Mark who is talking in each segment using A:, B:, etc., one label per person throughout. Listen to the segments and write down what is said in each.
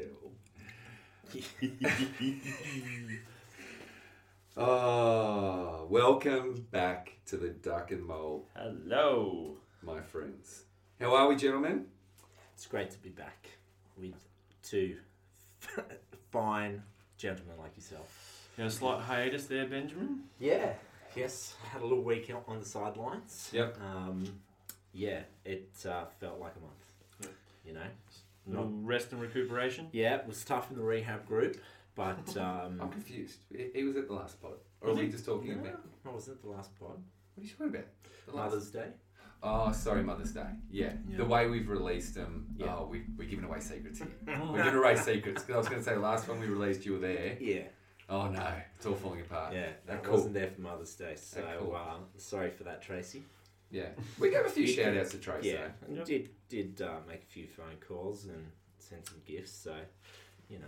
A: Cheeto. Ah, welcome back to the Duck and Mole,
B: Hello.
A: my friends. How are we, gentlemen?
B: It's great to be back with two fine gentlemen like yourself.
C: Yeah, a slight hiatus there, Benjamin.
B: Yeah. Yes. Had a little week out on the sidelines.
A: Yep.
B: Um, yeah. It uh, felt like a month.
C: Yeah.
B: You know.
C: Little
B: Not,
C: rest and recuperation.
B: yeah. It was tough in the rehab group, but
A: I'm
B: um,
A: confused. He he was at the last pod. Or are
C: Was
A: we
C: he?
A: just talking
B: no,
A: about.
B: I wasn't the last pod.
A: What are you talking about? The last-
B: Mother's Day.
A: Oh, sorry, Mother's Day. Yeah.
C: Yeah.
A: The way we've released them,
B: Yeah.
A: oh, we, we're giving away secrets here. we're giving away secrets. Because I was going to say, last one we released, you were there.
B: Yeah.
A: Oh, no. It's all falling apart.
B: Yeah.
A: Ah,
B: That
A: cool.
B: wasn't there for Mother's Day, so
A: Ah, cool.
B: uh, sorry for that, Tracy.
A: Yeah. We gave a few
B: You
A: shout
B: can-
A: outs to Trace,
B: Yeah,
A: though.
B: and
C: Yep.
B: did did uh, make a few phone calls and send some gifts. So, you know,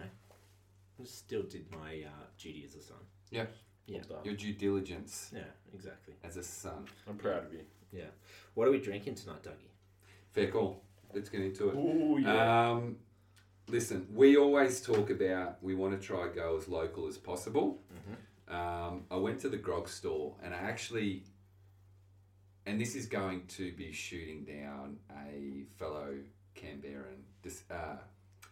B: I still did my uh, duty as a son.
A: Yeah.
B: yeah,
A: Your due diligence
B: yeah, exactly.
A: as a son.
C: I'm proud of you.
B: What are we drinking tonight, Dougie?
A: Fair call. Let's get into it.
C: Oh,
A: Um, listen, we always talk about we want to try go as local as possible. Um, I went to the grog store and I actually, and this is going to be shooting down a fellow Canberran dis, uh,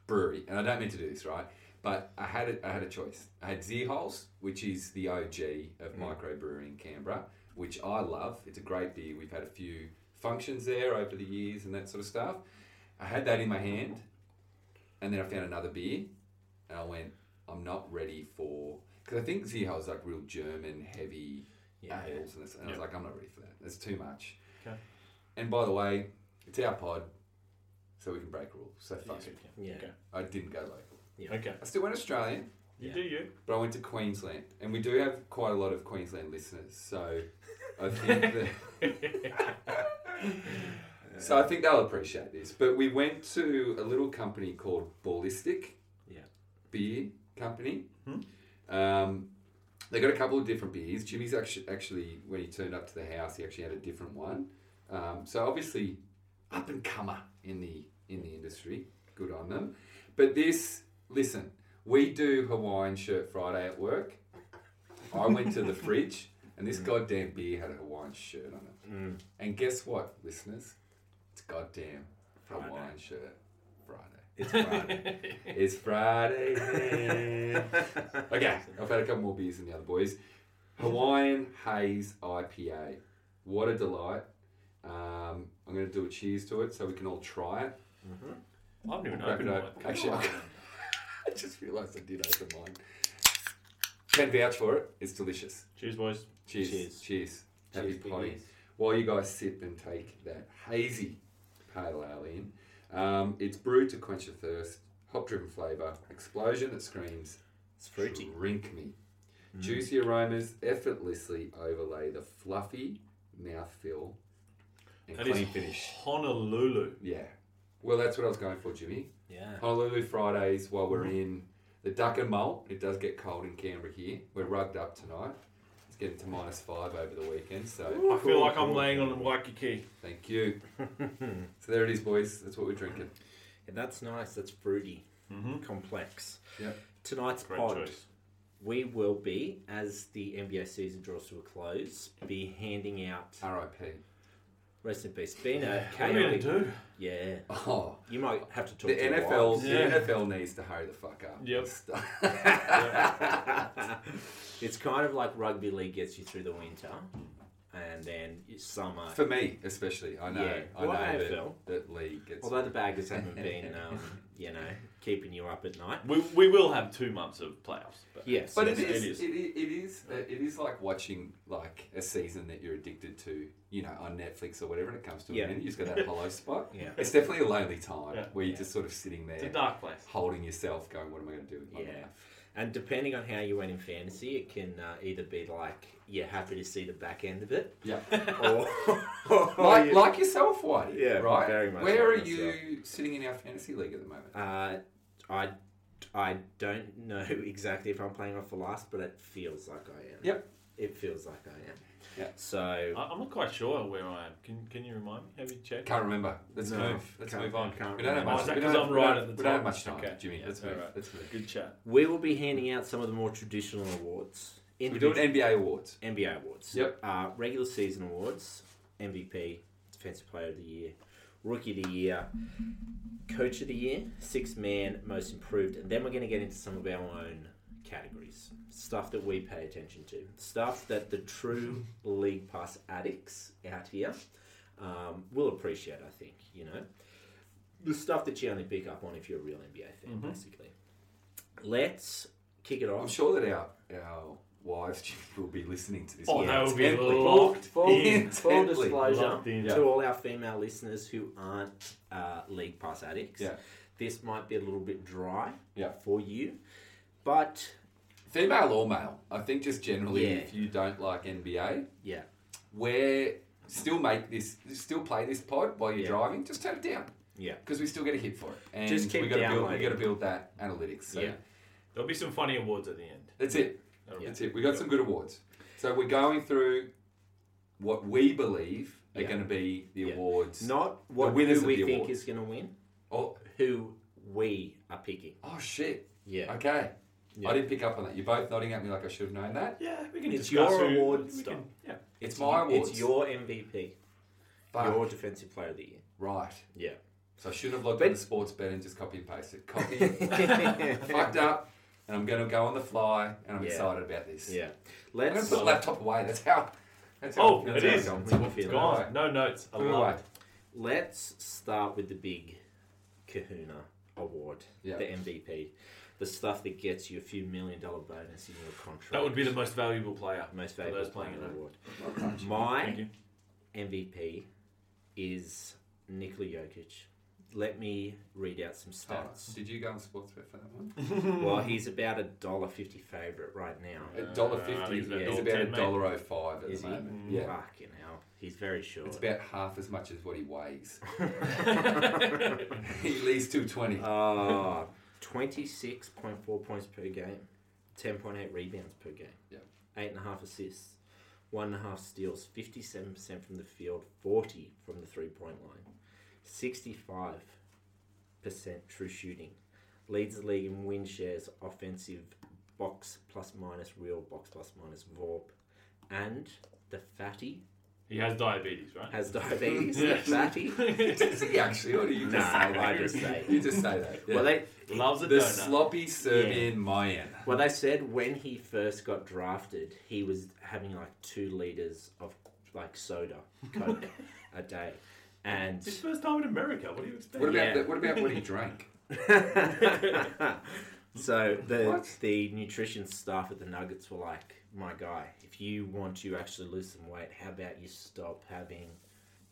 A: brewery, and I don't mean to do this, right? But I had a, I had a choice. I had Zierholz, which is the OG of microbrewing in Canberra, which I love. It's a great beer. We've had a few functions there over the years and that sort of stuff. I had that in my hand, and then I found another beer, and I went, I'm not ready for because I think Zihal is like real German heavy
B: Yeah.
A: ales, and, this, and I was
C: Yeah.
A: like, I'm not ready for that. That's too much.
C: Okay.
A: And by the way, it's our pod, so we can break rules. So
C: Yeah,
A: fuck it.
B: Yeah.
C: Okay.
A: I didn't go local.
B: Yeah.
C: Okay.
A: I still went Australian,
C: You
B: Yeah.
C: do you.
A: but I went to Queensland, and we do have quite a lot of Queensland listeners. So I think that. So I think they'll appreciate this. But we went to a little company called Ballistic.
B: Yeah.
A: Beer company.
C: Hmm.
A: Um, they got a couple of different beers. Jimmy's actually, actually when he turned up to the house, he actually had a different one. Um, so obviously, up and comer in the in the industry. Good on them. But this, listen, we do Hawaiian Shirt Friday at work. I went to the fridge, and this goddamn beer had a Hawaiian shirt on it.
B: Mm.
A: And guess what, listeners? It's goddamn
B: Friday.
A: Hawaiian shirt Friday.
B: It's Friday.
A: It's Friday. man. okay, I've had a couple more beers than the other boys. Hawaiian Haze IPA. What a delight. Um, I'm going to do a cheers to it so we can all try it.
C: I haven't even
A: Crack
C: opened
A: it
C: mine.
A: open. Actually, I- I just realised I did open mine. Can vouch for it. It's delicious.
C: Cheers, boys.
A: Cheers. Cheers.
B: Cheers.
A: Happy
B: Cheers,
A: potty
B: Biggies.
A: while you guys sip and take that hazy pale ale in. Um, it's brewed to quench your thirst, hop driven flavour, explosion that screams,
B: It's fruity.
A: drink me. Juicy aromas effortlessly overlay the fluffy mouthfeel and
C: That
A: clean
C: is
A: finish.
C: Honolulu.
A: Yeah. Well, that's what I was going for, Jimmy.
B: Yeah.
A: Honolulu Fridays while we're in the duck and malt. It does get cold in Canberra here. We're rugged up tonight. It's getting to minus five over the weekend, so
C: I feel like I'm laying on Waikiki.
A: thank you. so there it is, boys. That's what we're drinking.
B: Yeah, that's nice. That's fruity.
C: Mm-hmm.
B: Complex.
A: Yep.
B: Tonight's
C: Great
B: pod.
C: choice.
B: We will be, as the NBA season draws to a close, be handing out
A: R.I.P.
B: rest in peace. Being a
C: What are we gonna
B: KO.
C: do?
B: E. Yeah.
A: Oh,
B: You might have to talk
A: the
B: to your
A: NFL.
B: wives.
C: Yeah.
A: The NFL needs to hurry the fuck up.
C: Yep.
B: It's kind of like rugby league gets you through the winter, and then summer.
A: For me, especially, I know,
B: Yeah.
A: I know
B: Well,
A: that,
B: AFL.
A: that league gets.
B: Although the baggers haven't been, um, you know, keeping you up at night.
C: We, we will have two months of playoffs. But
B: Yes,
A: But
B: yes,
A: it
C: it
A: is,
C: is.
A: it is, it is, uh, it is like watching like a season that you're addicted to, you know, on Netflix or whatever. And it comes to
B: Yeah.
A: an end, you just got that hollow spot.
B: Yeah.
A: It's definitely a lonely time
C: Yeah.
A: where you're
B: Yeah.
A: just sort of sitting
C: it's a
A: there,
C: dark place.
A: holding yourself, going, "What am I going to do with my
B: Yeah.
A: life?"
B: And depending on how you went in fantasy, it can uh, either be like you're happy to see the back end of it,
A: Yeah,
B: or, or
C: Oh,
A: like,
B: you-
A: like yourself, Whitey.
B: Yeah,
A: right.
B: very much
A: Where
B: like
A: are you sitting in our fantasy league at the moment?
B: uh, I I don't know exactly if I'm playing off the last, but it feels like I am.
A: Yep.
B: It feels like I am.
A: Yeah.
B: So
C: I, I'm not quite sure where I am. Can Can you remind me? Have you checked?
A: Can't remember. Let's
B: No,
A: move. Let's
B: can't-
A: move on.
B: can't
A: we don't have
C: remember. Oh,
A: much.
C: is that
A: we don't
C: 'cause
A: have,
C: I'm
A: we
C: right
A: don't-
C: at the
A: we don't have
C: top?
A: much time,
C: Okay.
A: Jimmy.
C: Yeah,
A: let's move.
C: alright.
A: Let's move.
C: Good chat.
B: we will be handing out some of the more traditional awards.
A: We're doing NBA awards.
B: NBA awards.
A: Yep.
B: Uh, regular season awards, MVP, Defensive Player of the Year, Rookie of the Year, Coach of the Year, Six Man, Most Improved, and then we're going to get into some of our own categories, stuff that we pay attention to, stuff that the true League Pass addicts out here um, will appreciate. I think you know the stuff that you only pick up on if you're a real NBA
A: Mm-hmm.
B: fan, basically. Let's kick it off.
A: I'm sure that our our wives will be listening to this.
C: Oh,
B: Yeah,
C: that would be
A: intently.
C: locked
A: Full-
C: in.
B: Full
A: intently.
B: disclosure
C: Locked in.
B: to all our female listeners who aren't uh, League Pass addicts,
A: Yeah.
B: this might be a little bit dry
A: Yeah.
B: for you. But
A: Female or male? I think just generally,
B: Yeah.
A: if you don't like NBA,
B: yeah,
A: where still make this, still play this pod while you're
B: Yeah.
A: driving, just turn it down
B: yeah,
A: because we still get a hit for it, and
B: Just keep
A: we got to build, we
B: downloading.
A: got to build that analytics. So
B: yeah.
C: There'll be some funny awards at the end.
A: that's it.
C: That'll-
A: That's it. We got some good awards. So we're going through what we believe are
B: Yeah.
A: going to be the
B: Yeah.
A: awards.
B: Not what
A: winners
B: who
A: of
B: we
A: the
B: think
A: awards.
B: is going to win,
A: Oh,
B: who we are picking.
A: oh shit.
B: Yeah,
A: Okay.
B: Yeah.
A: I didn't pick up on that. You're both nodding at me like I should have known that.
C: Yeah, we can
B: It's
C: discuss
B: your
C: who-
B: award
C: we
B: stuff.
C: can- yeah.
A: It's my
B: you-
A: awards.
B: It's your MVP,
A: Fuck.
B: your Defensive Player of the Year.
A: Right.
B: Yeah.
A: So I should have logged
B: But-
A: on the sports bet and just copy and paste it. Copy. fucked up. And I'm going to go on the fly and I'm
B: Yeah.
A: excited about this.
B: yeah.
A: I'm going to
B: Let's.
A: put the laptop away. That's how. That's how
C: Oh,
A: that's
C: it
A: how
C: is.
A: I'm going.
B: That's how I
C: It's
B: feel.
C: gone. No notes. I
A: Put it
C: love
A: away.
C: it.
B: Let's start with the big kahuna award,
A: Yeah.
B: the MVP, the stuff that gets you a few million dollar bonus in your contract.
C: That would be the most valuable player.
B: most
C: for
B: valuable
C: those
B: player
C: playing at home.
B: award.
A: Well done.
C: Thank
B: My
C: you.
B: MVP is Nikola Jokic. Let me read out some
C: Oh,
B: stats.
A: Did you go on sports bet for that one?
B: Well, he's about a dollar fifty favorite right now.
A: A
C: Uh,
A: dollar
C: I
A: fifty.
C: think it's about
A: It's about a
C: $1.10,
A: dollar oh five at
B: Is
A: the
B: he? Mm.
A: moment. Yeah.
B: Fucking hell, he's very short.
A: It's about half as much as what he weighs. he leaves 220.
B: Ah, 26.4 points per game, 10.8 rebounds per game,
A: Yep.
B: 8.5 assists, 1.5 steals, 57% from the field, 40 from the three point line, 65% true shooting, leads the league in win shares, offensive box plus minus, real box plus minus, VORP, and the fatty
C: He has diabetes, right?
B: has diabetes. the
C: Yes.
B: fatty.
A: Does he actually? Or do you just
B: Nah,
A: say that?
B: I just say
A: You just say that. yeah.
B: Well, they,
C: Loves a
A: the
C: donut.
A: sloppy Serbian Mayan.
B: Well, they said when he first got drafted, he was having like two liters of like soda, coke, a day, and
C: His first time in America. What do you expect?
A: What about
B: Yeah.
A: the, what about what he drank?
B: so the
A: What?
B: the nutrition staff at the Nuggets were like, "My guy, if you want to actually lose some weight, how about you stop having."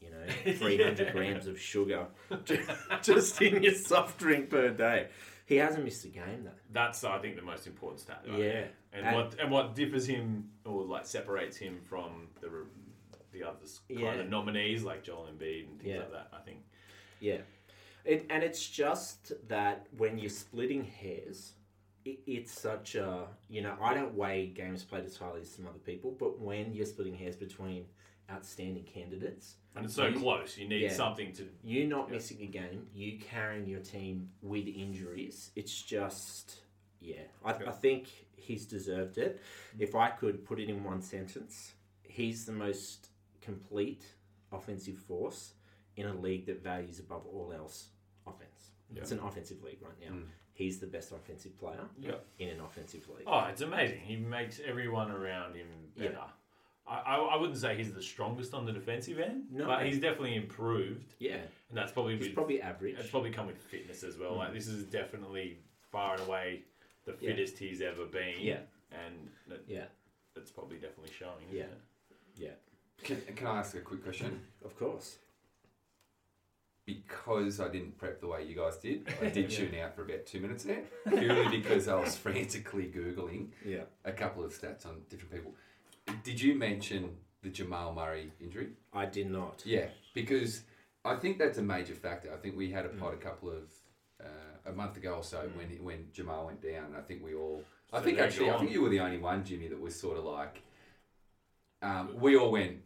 B: You know, 300
C: Yeah.
B: grams of sugar ju- just in your soft drink per day. He hasn't missed a game, though.
C: That's I think the most important stat. right?
B: Yeah.
C: And,
B: And-
C: what and what differs him or like separates him from the re- the other s- kind
B: Yeah.
C: of nominees like Joel Embiid and things
B: Yeah.
C: like that. I think.
B: Yeah. It, and it's just that when you're splitting hairs, it, it's such a, you know, I don't weigh games played as highly as some other people, but when you're splitting hairs between outstanding candidates,
C: And it's so
B: You-
C: close. You need
B: yeah.
C: something to.
B: you not
C: Yeah.
B: missing a game, you carrying your team with injuries, it's just, yeah. I, I think he's deserved it. If I could put it in one sentence, he's the most complete offensive force in a league that values above all else offense. It's an offensive league right now. He's the best offensive player
C: Yeah.
B: in an offensive league.
C: Oh, it's amazing. He makes everyone around him
B: Yeah.
C: better. I, I, I wouldn't say he's the strongest on the defensive end,
B: No.
C: but he's definitely improved,
B: Yeah,
C: and that's probably
B: he's
C: with-
B: probably average.
C: It's probably come with fitness as
A: Hmm.
C: well. Like this is definitely far and away the
B: Yeah.
C: fittest he's ever been.
B: Yeah.
C: And that,
B: Yeah,
C: that's probably definitely showing.
B: Yeah.
C: Isn't it?
B: yeah,
A: Can, can I ask a quick question?
B: of course.
A: Because I didn't prep the way you guys did, I did tune out for about two minutes there, purely because I was frantically googling
B: Yeah.
A: a couple of stats on different people. Did you mention the Jamal Murray injury?
B: I did not.
A: Yeah, because I think that's a major factor. I think we had a pod a couple of uh, a month ago or so when when Jamal went down. I think we all. I
C: So
A: think
C: there you
A: actually,
C: go
A: I
C: on.
A: think you were the only one, Jimmy, that was sort of like, um, we all went,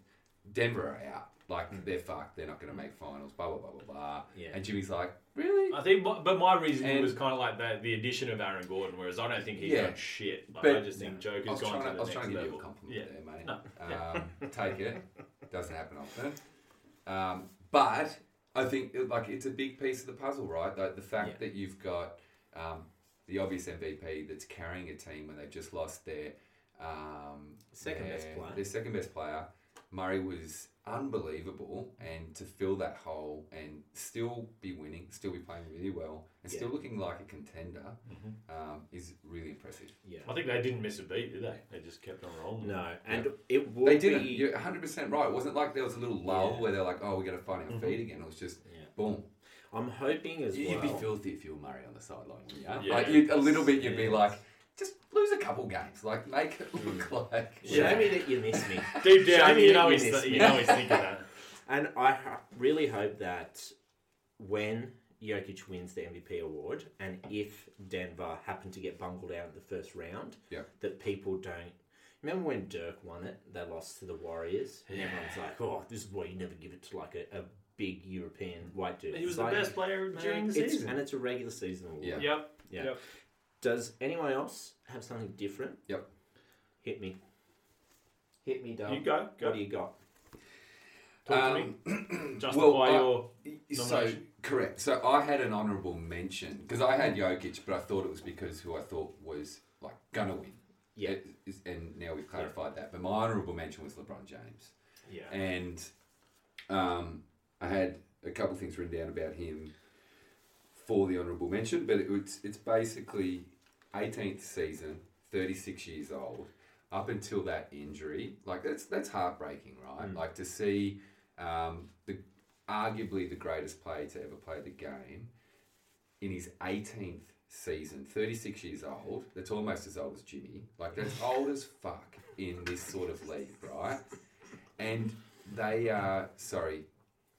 A: Denver are out. Like, they're fucked. They're not going to make finals, blah, blah, blah, blah, blah.
B: Yeah.
A: And Jimmy's like, really?
C: I think, my, but my reasoning
A: And-
C: was kind of like the, the addition of Aaron Gordon, whereas I don't think he's
A: Yeah.
C: done shit. Like,
A: But-
C: I just think Joker's
A: I was,
C: gone
A: trying to,
C: to
A: I
C: the
A: was
C: next
A: trying to give you
C: level.
A: a compliment
C: Yeah.
A: there, mate.
C: No,
A: Um, take it. Doesn't happen often. Um, but I think like it's a big piece of the puzzle, right? Like the fact
B: Yeah.
A: that you've got um, the obvious MVP that's carrying a team when they've just lost their um,
B: Second
A: their-
B: best player.
A: Their second best player, Murray was unbelievable, and to fill that hole and still be winning, still be playing really well, and still looking like a contender
C: Mm-hmm.
A: um, is really impressive.
B: Yeah.
C: I think they didn't miss a beat, did they? They just kept on rolling.
B: No, and it would
A: They didn't.
B: be.
A: You're 100% right. It wasn't like there was a little lull
B: Yeah.
A: where they're like, oh, we got to find our feet again. It was just,
B: Yeah.
A: boom.
B: I'm hoping as
A: You'd be
B: well.
A: filthy if you were Murray on the sideline, wouldn't you?
C: Yeah.
A: Like, you'd, a little bit, you'd be
B: Yeah.
A: like, just lose a couple games. Like, make it look
B: Mm.
A: like.
B: Show
C: Yeah.
B: me that you miss me.
C: Deep
B: Show
C: down,
B: me
C: you
B: that
C: know,
B: you
C: he's
B: miss
C: you
B: me.
C: know he's thinking that.
B: And I ho- really hope that when Jokic wins the MVP award, and if Denver happen to get bungled out in the first round,
A: Yeah.
B: that people don't. Remember when Dirk won it? They lost to the Warriors, and everyone's like, "Oh, this is why you never give it to like a, a big European white dude."
C: He was
B: It's
C: the
B: like,
C: best player during the
B: it's-
C: season.
B: and it's a regular season award.
A: Yeah.
C: Yep.
B: Yeah.
C: Yep.
B: Does anyone else have something different?
A: Yep.
B: Hit me. Hit me, Dale.
C: You go. Go.
B: What do you got?
C: Talk
A: Um,
C: to me. Justify
A: well, I-
C: your.
A: So,
C: Nomination.
A: correct. So, I had an honourable mention because I had Jokic, but I thought it was because who I thought was, like, going to win.
B: Yeah.
A: It- it's- and now we've clarified that. But my honourable mention was LeBron James.
B: Yeah.
A: and um, I had a couple things written down about him for the honourable mention, but it, it's it's basically 18th season, 36 years old, up until that injury. Like that's that's heartbreaking, right? Like to see um, the arguably the greatest player to ever play the game in his 18th season, 36 years old. That's almost as old as Jimmy. Like that's old as fuck in this sort of league, right? And they are sorry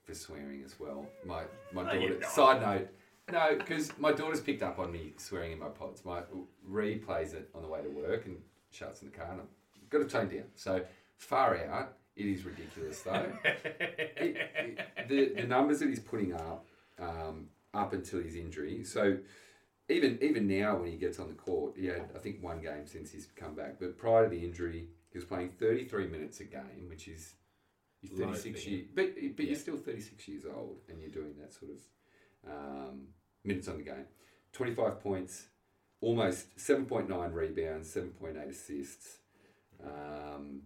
A: for swearing as well. My my
C: Oh, you
A: daughter.
C: know.
A: Side note. No, because my daughter's picked up on me swearing in my pods. My replays it on the way to work and shuts in the car, and I've got to tone down. So far out, it is ridiculous though. It- it- the the numbers that he's putting up um, up until his injury. So even even now when he gets on the court, he had I think one game since he's come back. But prior to the injury, he was playing 33 minutes a game, which is you're
B: Low
A: 36
B: for
A: years, but but
B: Yeah.
A: you're still 36 years old, and you're doing that sort of um, minutes on the game. 25 points, almost 7.9 rebounds, 7.8 assists. Um,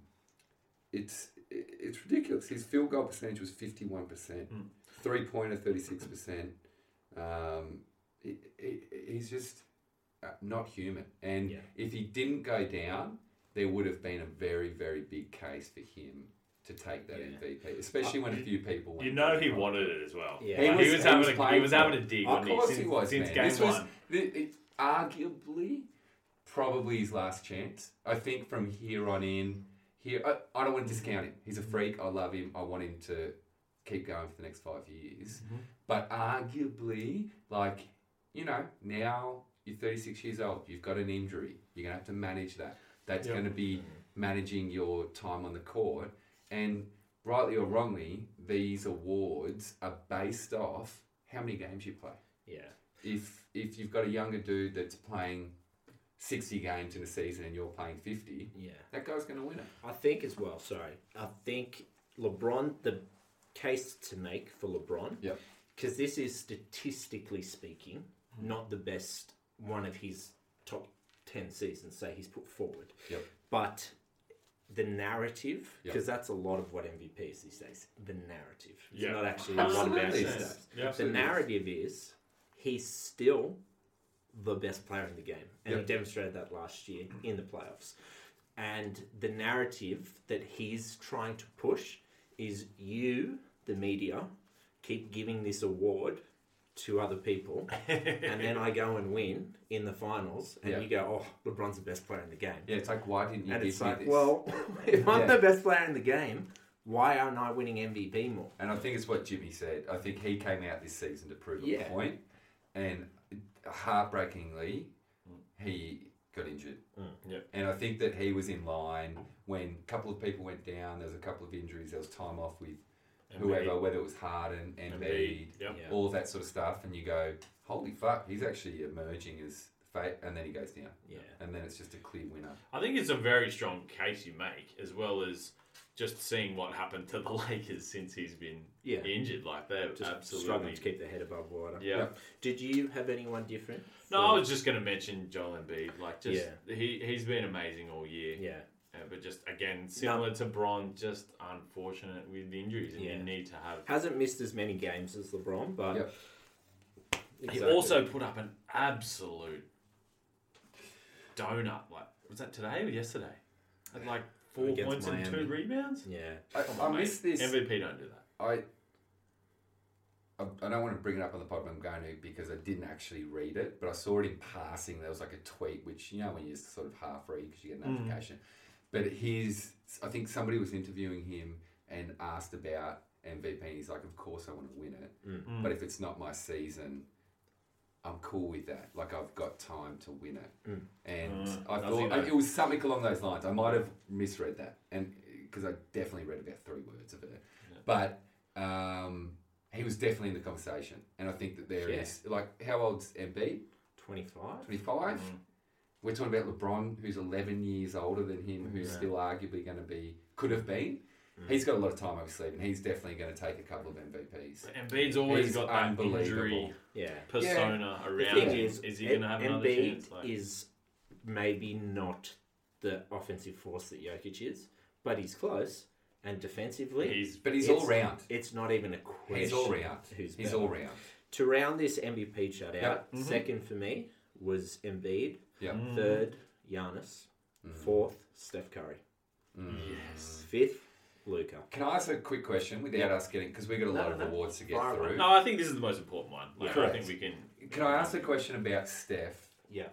A: it's it- it's ridiculous. His field goal percentage was 51%,
C: Hmm.
A: three pointer 36%. Um, he, he, he's just uh, not human. And
B: Yeah.
A: if he didn't go down, there would have been a very, very big case for him to take that
B: Yeah.
A: MVP, especially when a few people went
C: Uh, You know
A: down.
C: he wanted it as well.
B: Yeah.
C: He,
B: He
C: was,
A: was- he
C: having
A: was
C: a, he
A: playing
C: was
A: for
C: having a dig.
B: Of
C: wasn't
A: Of course
C: since,
A: he was.
C: Since
A: man.
C: game
A: this
C: one.
A: was th- it, arguably probably his last chance. I think from here on in, here I, I don't want to discount him. He's a
C: Mm-hmm.
A: freak. I love him. I want him to keep going for the next five years.
C: Mm-hmm.
A: But arguably, like you know, now you're 36 years old. You've got an injury. You're gonna have to manage that. That's
C: Yep.
A: gonna be managing your time on the court and. Rightly or wrongly, these awards are based off how many games you play
B: Yeah.
A: if if you've got a younger dude that's playing 60 games in a season and you're playing 50
B: Yeah.
A: that guy's going to win it
B: I think as well, sorry. I think LeBron, the case to make for LeBron,
A: Yep.
B: because this is statistically speaking, not the best one of his top 10 seasons, say he's put forward.
A: Yep.
B: But the narrative,
A: Yep.
B: because that's a lot of what MVP is these days, the narrative. It's
C: Yeah.
B: not actually a lot about
A: Absolutely.
B: his stats.
C: Yeah.
B: The narrative is he's still the best player in the game, and
A: Yep.
B: he demonstrated that last year in the playoffs. And the narrative that he's trying to push is you, the media, keep giving this award to other people, and then I go and win in the finals, and
A: Yeah.
B: you go, "Oh, LeBron's the best player in the game."
A: yeah it's like why didn't you
B: And
A: give
B: it's
A: me
B: like,
A: this
B: well, if I'm
A: Yeah.
B: the best player in the game, why aren't I winning MVP more?
A: and i think it's what jimmy said i think he came out this season to prove
B: Yeah.
A: a point and heartbreakingly he got injured.
B: Mm.
C: Yep.
A: And I think that he was in line when a couple of people went down. There was a couple of injuries. There was time off with whoever, whether it was Harden, Embiid,
C: Yep.
B: Yeah.
A: all of that sort of stuff. And you go, holy fuck, he's actually emerging as fate. And then he goes down.
B: Yeah.
A: And then it's just a clear winner.
C: I think it's a very strong case you make, as well as just seeing what happened to the Lakers since he's been
B: Yeah.
C: injured. Like they're
B: Just struggling
C: absolutely.
B: to keep their head above water.
C: Yeah.
A: Yeah.
B: Did you have anyone different?
C: No, I
B: Or-
C: was just going to mention Joel Embiid. Like, just he he's been amazing all year.
B: Yeah.
C: Uh, but just again, similar to Bron, just unfortunate with the injuries, and
B: Yeah.
C: you need to have.
B: Hasn't missed as many games as LeBron, but.
A: Yep.
C: He
B: Exactly.
C: also put up an absolute donut. Like, was that today or yesterday? Had like four
B: Against
C: points and two
B: Miami.
C: rebounds.
B: Yeah.
A: I,
C: Come
A: I
C: on, mate.
A: missed this.
C: MVP don't do that.
A: I, I I don't want to bring it up on the pod, but I'm going to because I didn't actually read it, but I saw it in passing. There was like a tweet, which you know when you just sort of half read because you get a
C: Mm.
A: notification. But his, I think somebody was interviewing him and asked about MVP, and he's like, "Of course, I want to win it,
B: Mm.
C: Mm.
A: but if it's not my season." I'm cool with that. Like I've got time to win it,
B: Mm.
A: and
C: Mm,
A: I
C: I
A: thought
C: think I-
A: it was something along those lines. I might have misread that, and because I definitely read about three words of it but um, he was definitely in the conversation. And I think that there is
B: Yeah.
A: like how old's Embiid?
B: 25?
A: Twenty five.
C: Mm.
A: We're talking about LeBron, who's eleven years older than him, who's
C: Yeah.
A: still arguably going to be could have been. He's got a lot of time up his sleeve, and he's definitely going to take a couple of MVPs.
C: But Embiid's always
A: He's
C: got that
A: unbelievable.
C: injury
B: Yeah.
C: persona
B: The
C: around
B: thing
C: him.
B: is,
C: Is, he going to have another
B: Embiid
C: chance? Like,
B: is maybe not the offensive force that Jokic is, but he's close. And defensively,
C: he's
A: But he's
B: It's-
A: all round.
B: it's not even a question.
A: He's all round.
B: Who's
A: he's
B: better.
A: all round.
B: To round this MVP shutout,
A: Yep. Mm-hmm.
B: second for me was Embiid.
A: Yep. Mm.
C: Mm.
B: Third, Giannis. Fourth, Steph Curry.
C: Mm. yes.
B: Fifth, Luca.
A: Can I ask a quick question without us getting because we got a
B: No,
A: lot of
B: no, no.
A: awards to get
B: Fire away.
A: through?
C: No, I think this is the most important one. Like, I
A: Correct.
C: think we can.
A: Can I ask a question about Steph?
B: Yeah.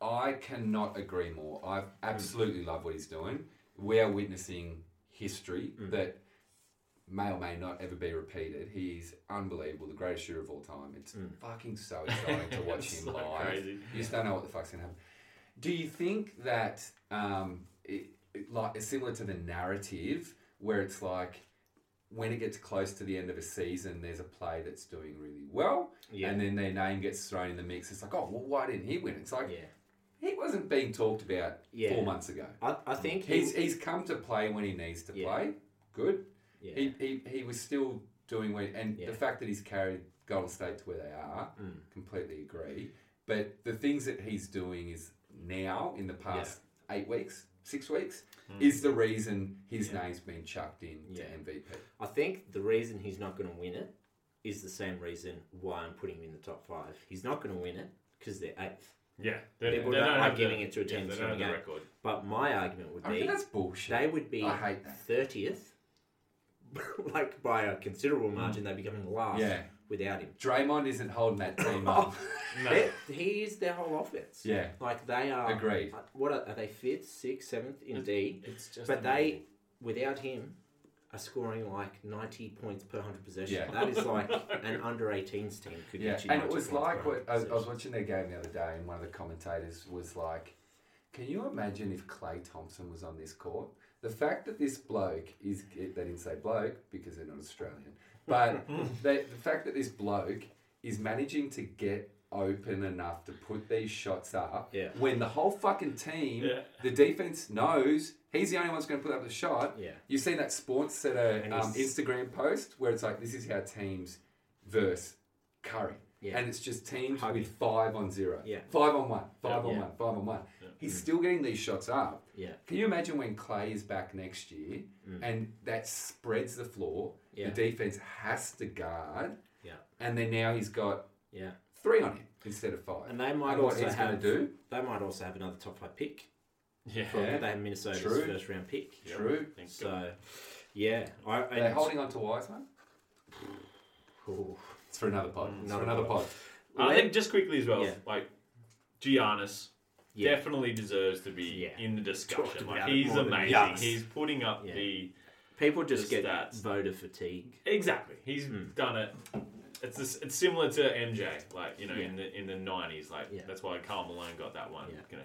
A: I cannot agree more. I absolutely love what he's doing. We are witnessing history
C: Mm.
A: that may or may not ever be repeated. He's unbelievable, the greatest shooter of all time. It's fucking so exciting to watch
C: Mm. It's
A: him
C: so
A: live.
C: crazy.
A: You just don't know what the fuck's gonna happen. Do you think that um, it, it, like it's similar to the narrative where it's like when it gets close to the end of a season, there's a play that's doing really well,
B: Yeah.
A: and then their name gets thrown in the mix. It's like, oh, well, why didn't he win? It's like
B: Yeah.
A: he wasn't being talked about
B: Yeah.
A: four months ago.
B: I, I think
A: Mm. He's
B: he-
A: he's come to play when he needs to
B: Yeah.
A: play. Good.
B: yeah.
A: He, he he was still doing well, and
B: Yeah. Mm.
A: the fact that he's carried Golden State to where they are, completely agree. But the things that he's doing is now in the past eight weeks, six weeks, is the reason his name's been chucked in
B: Mm. Yeah.
A: to MVP.
B: I think the reason he's not going to win it is the same reason why I'm putting him in the top five. He's not going to win it because they're eighth.
C: Yeah, they,
B: People
C: they
B: don't
C: don't
B: like
C: have
B: giving
C: the,
B: it to a team
C: Yeah,
B: that's
C: they don't have
B: coming
C: the
B: out.
C: record.
B: But my argument would
A: I reckon
B: be
A: that's bullshit.
B: they would be
A: I hate that.
B: thirtieth, like by a considerable margin. They'd be coming last
A: Mm. Yeah.
B: without him.
A: Draymond isn't holding that team up.
C: No.
B: They're- He is their whole offense.
A: Yeah.
B: like they are.
A: Agreed.
B: uh, What are, are they? Fifth, sixth, seventh in D.
C: It's just
B: But they,
C: amazing.
B: without him, are scoring like 90 points per 100 possession.
A: Yeah.
B: That is like an under 18s team could
A: Yeah,
B: get you
A: and
B: 90
A: it was
B: points
A: like
B: per
A: what
B: 100
A: I was, I was
B: possession.
A: watching their game the other day, and one of the commentators was like, "Can you imagine if Clay Thompson was on this court? The fact that this bloke is they didn't say bloke because they're not Australian, but they, the fact that this bloke is managing to get." Open enough to put these shots up
B: Yeah.
A: when the whole fucking team,
C: Yeah.
A: the defense knows he's the only one's going to put up the shot.
B: Yeah.
A: You've seen that Sports Center
B: And
A: um,
B: he's-
A: Instagram post where it's like, this is how teams verse Curry.
B: Yeah.
A: And it's just teams
B: Hugging.
A: with five on zero.
B: Yeah.
A: Five on one, five
C: Yeah.
A: on
B: Yeah. Mm.
A: one, five on one. He's still getting these shots up.
B: Yeah.
A: Can you imagine when Clay is back next year and that spreads the floor?
B: Mm. Yeah.
A: The defense has to guard.
B: Yeah.
A: And then now he's got
B: Yeah.
A: three on him instead of five.
B: And they might
A: know what
B: also
A: he's gonna
B: have
A: do.
B: they might also have another top five pick.
C: yeah.
A: Yeah.
B: They have Minnesota's
A: True.
B: first round pick.
C: Yep.
A: True.
C: Thank God.
B: So yeah, I, I
A: They're holding on to Wiseman.
B: Ooh.
A: It's for another pod. It's
B: Another
A: for another pod.
C: I think just quickly as well,
B: Yeah.
C: like Giannis
B: Yeah.
C: definitely deserves to be
B: Yeah.
C: in the
B: Talked
C: discussion. Like
B: about it
C: he's
B: more than
C: amazing.
B: Giannis.
C: He's putting up
B: Yeah.
C: the
B: people just
C: The
B: get
C: stats.
B: voter fatigue.
C: exactly. He's
B: Hmm.
C: done it. It's this, it's similar to MJ, like you know,
B: Yeah.
C: in the in the nineties. Like
B: Yeah.
C: that's why Carl Malone got that one.
B: Yeah.
C: You know,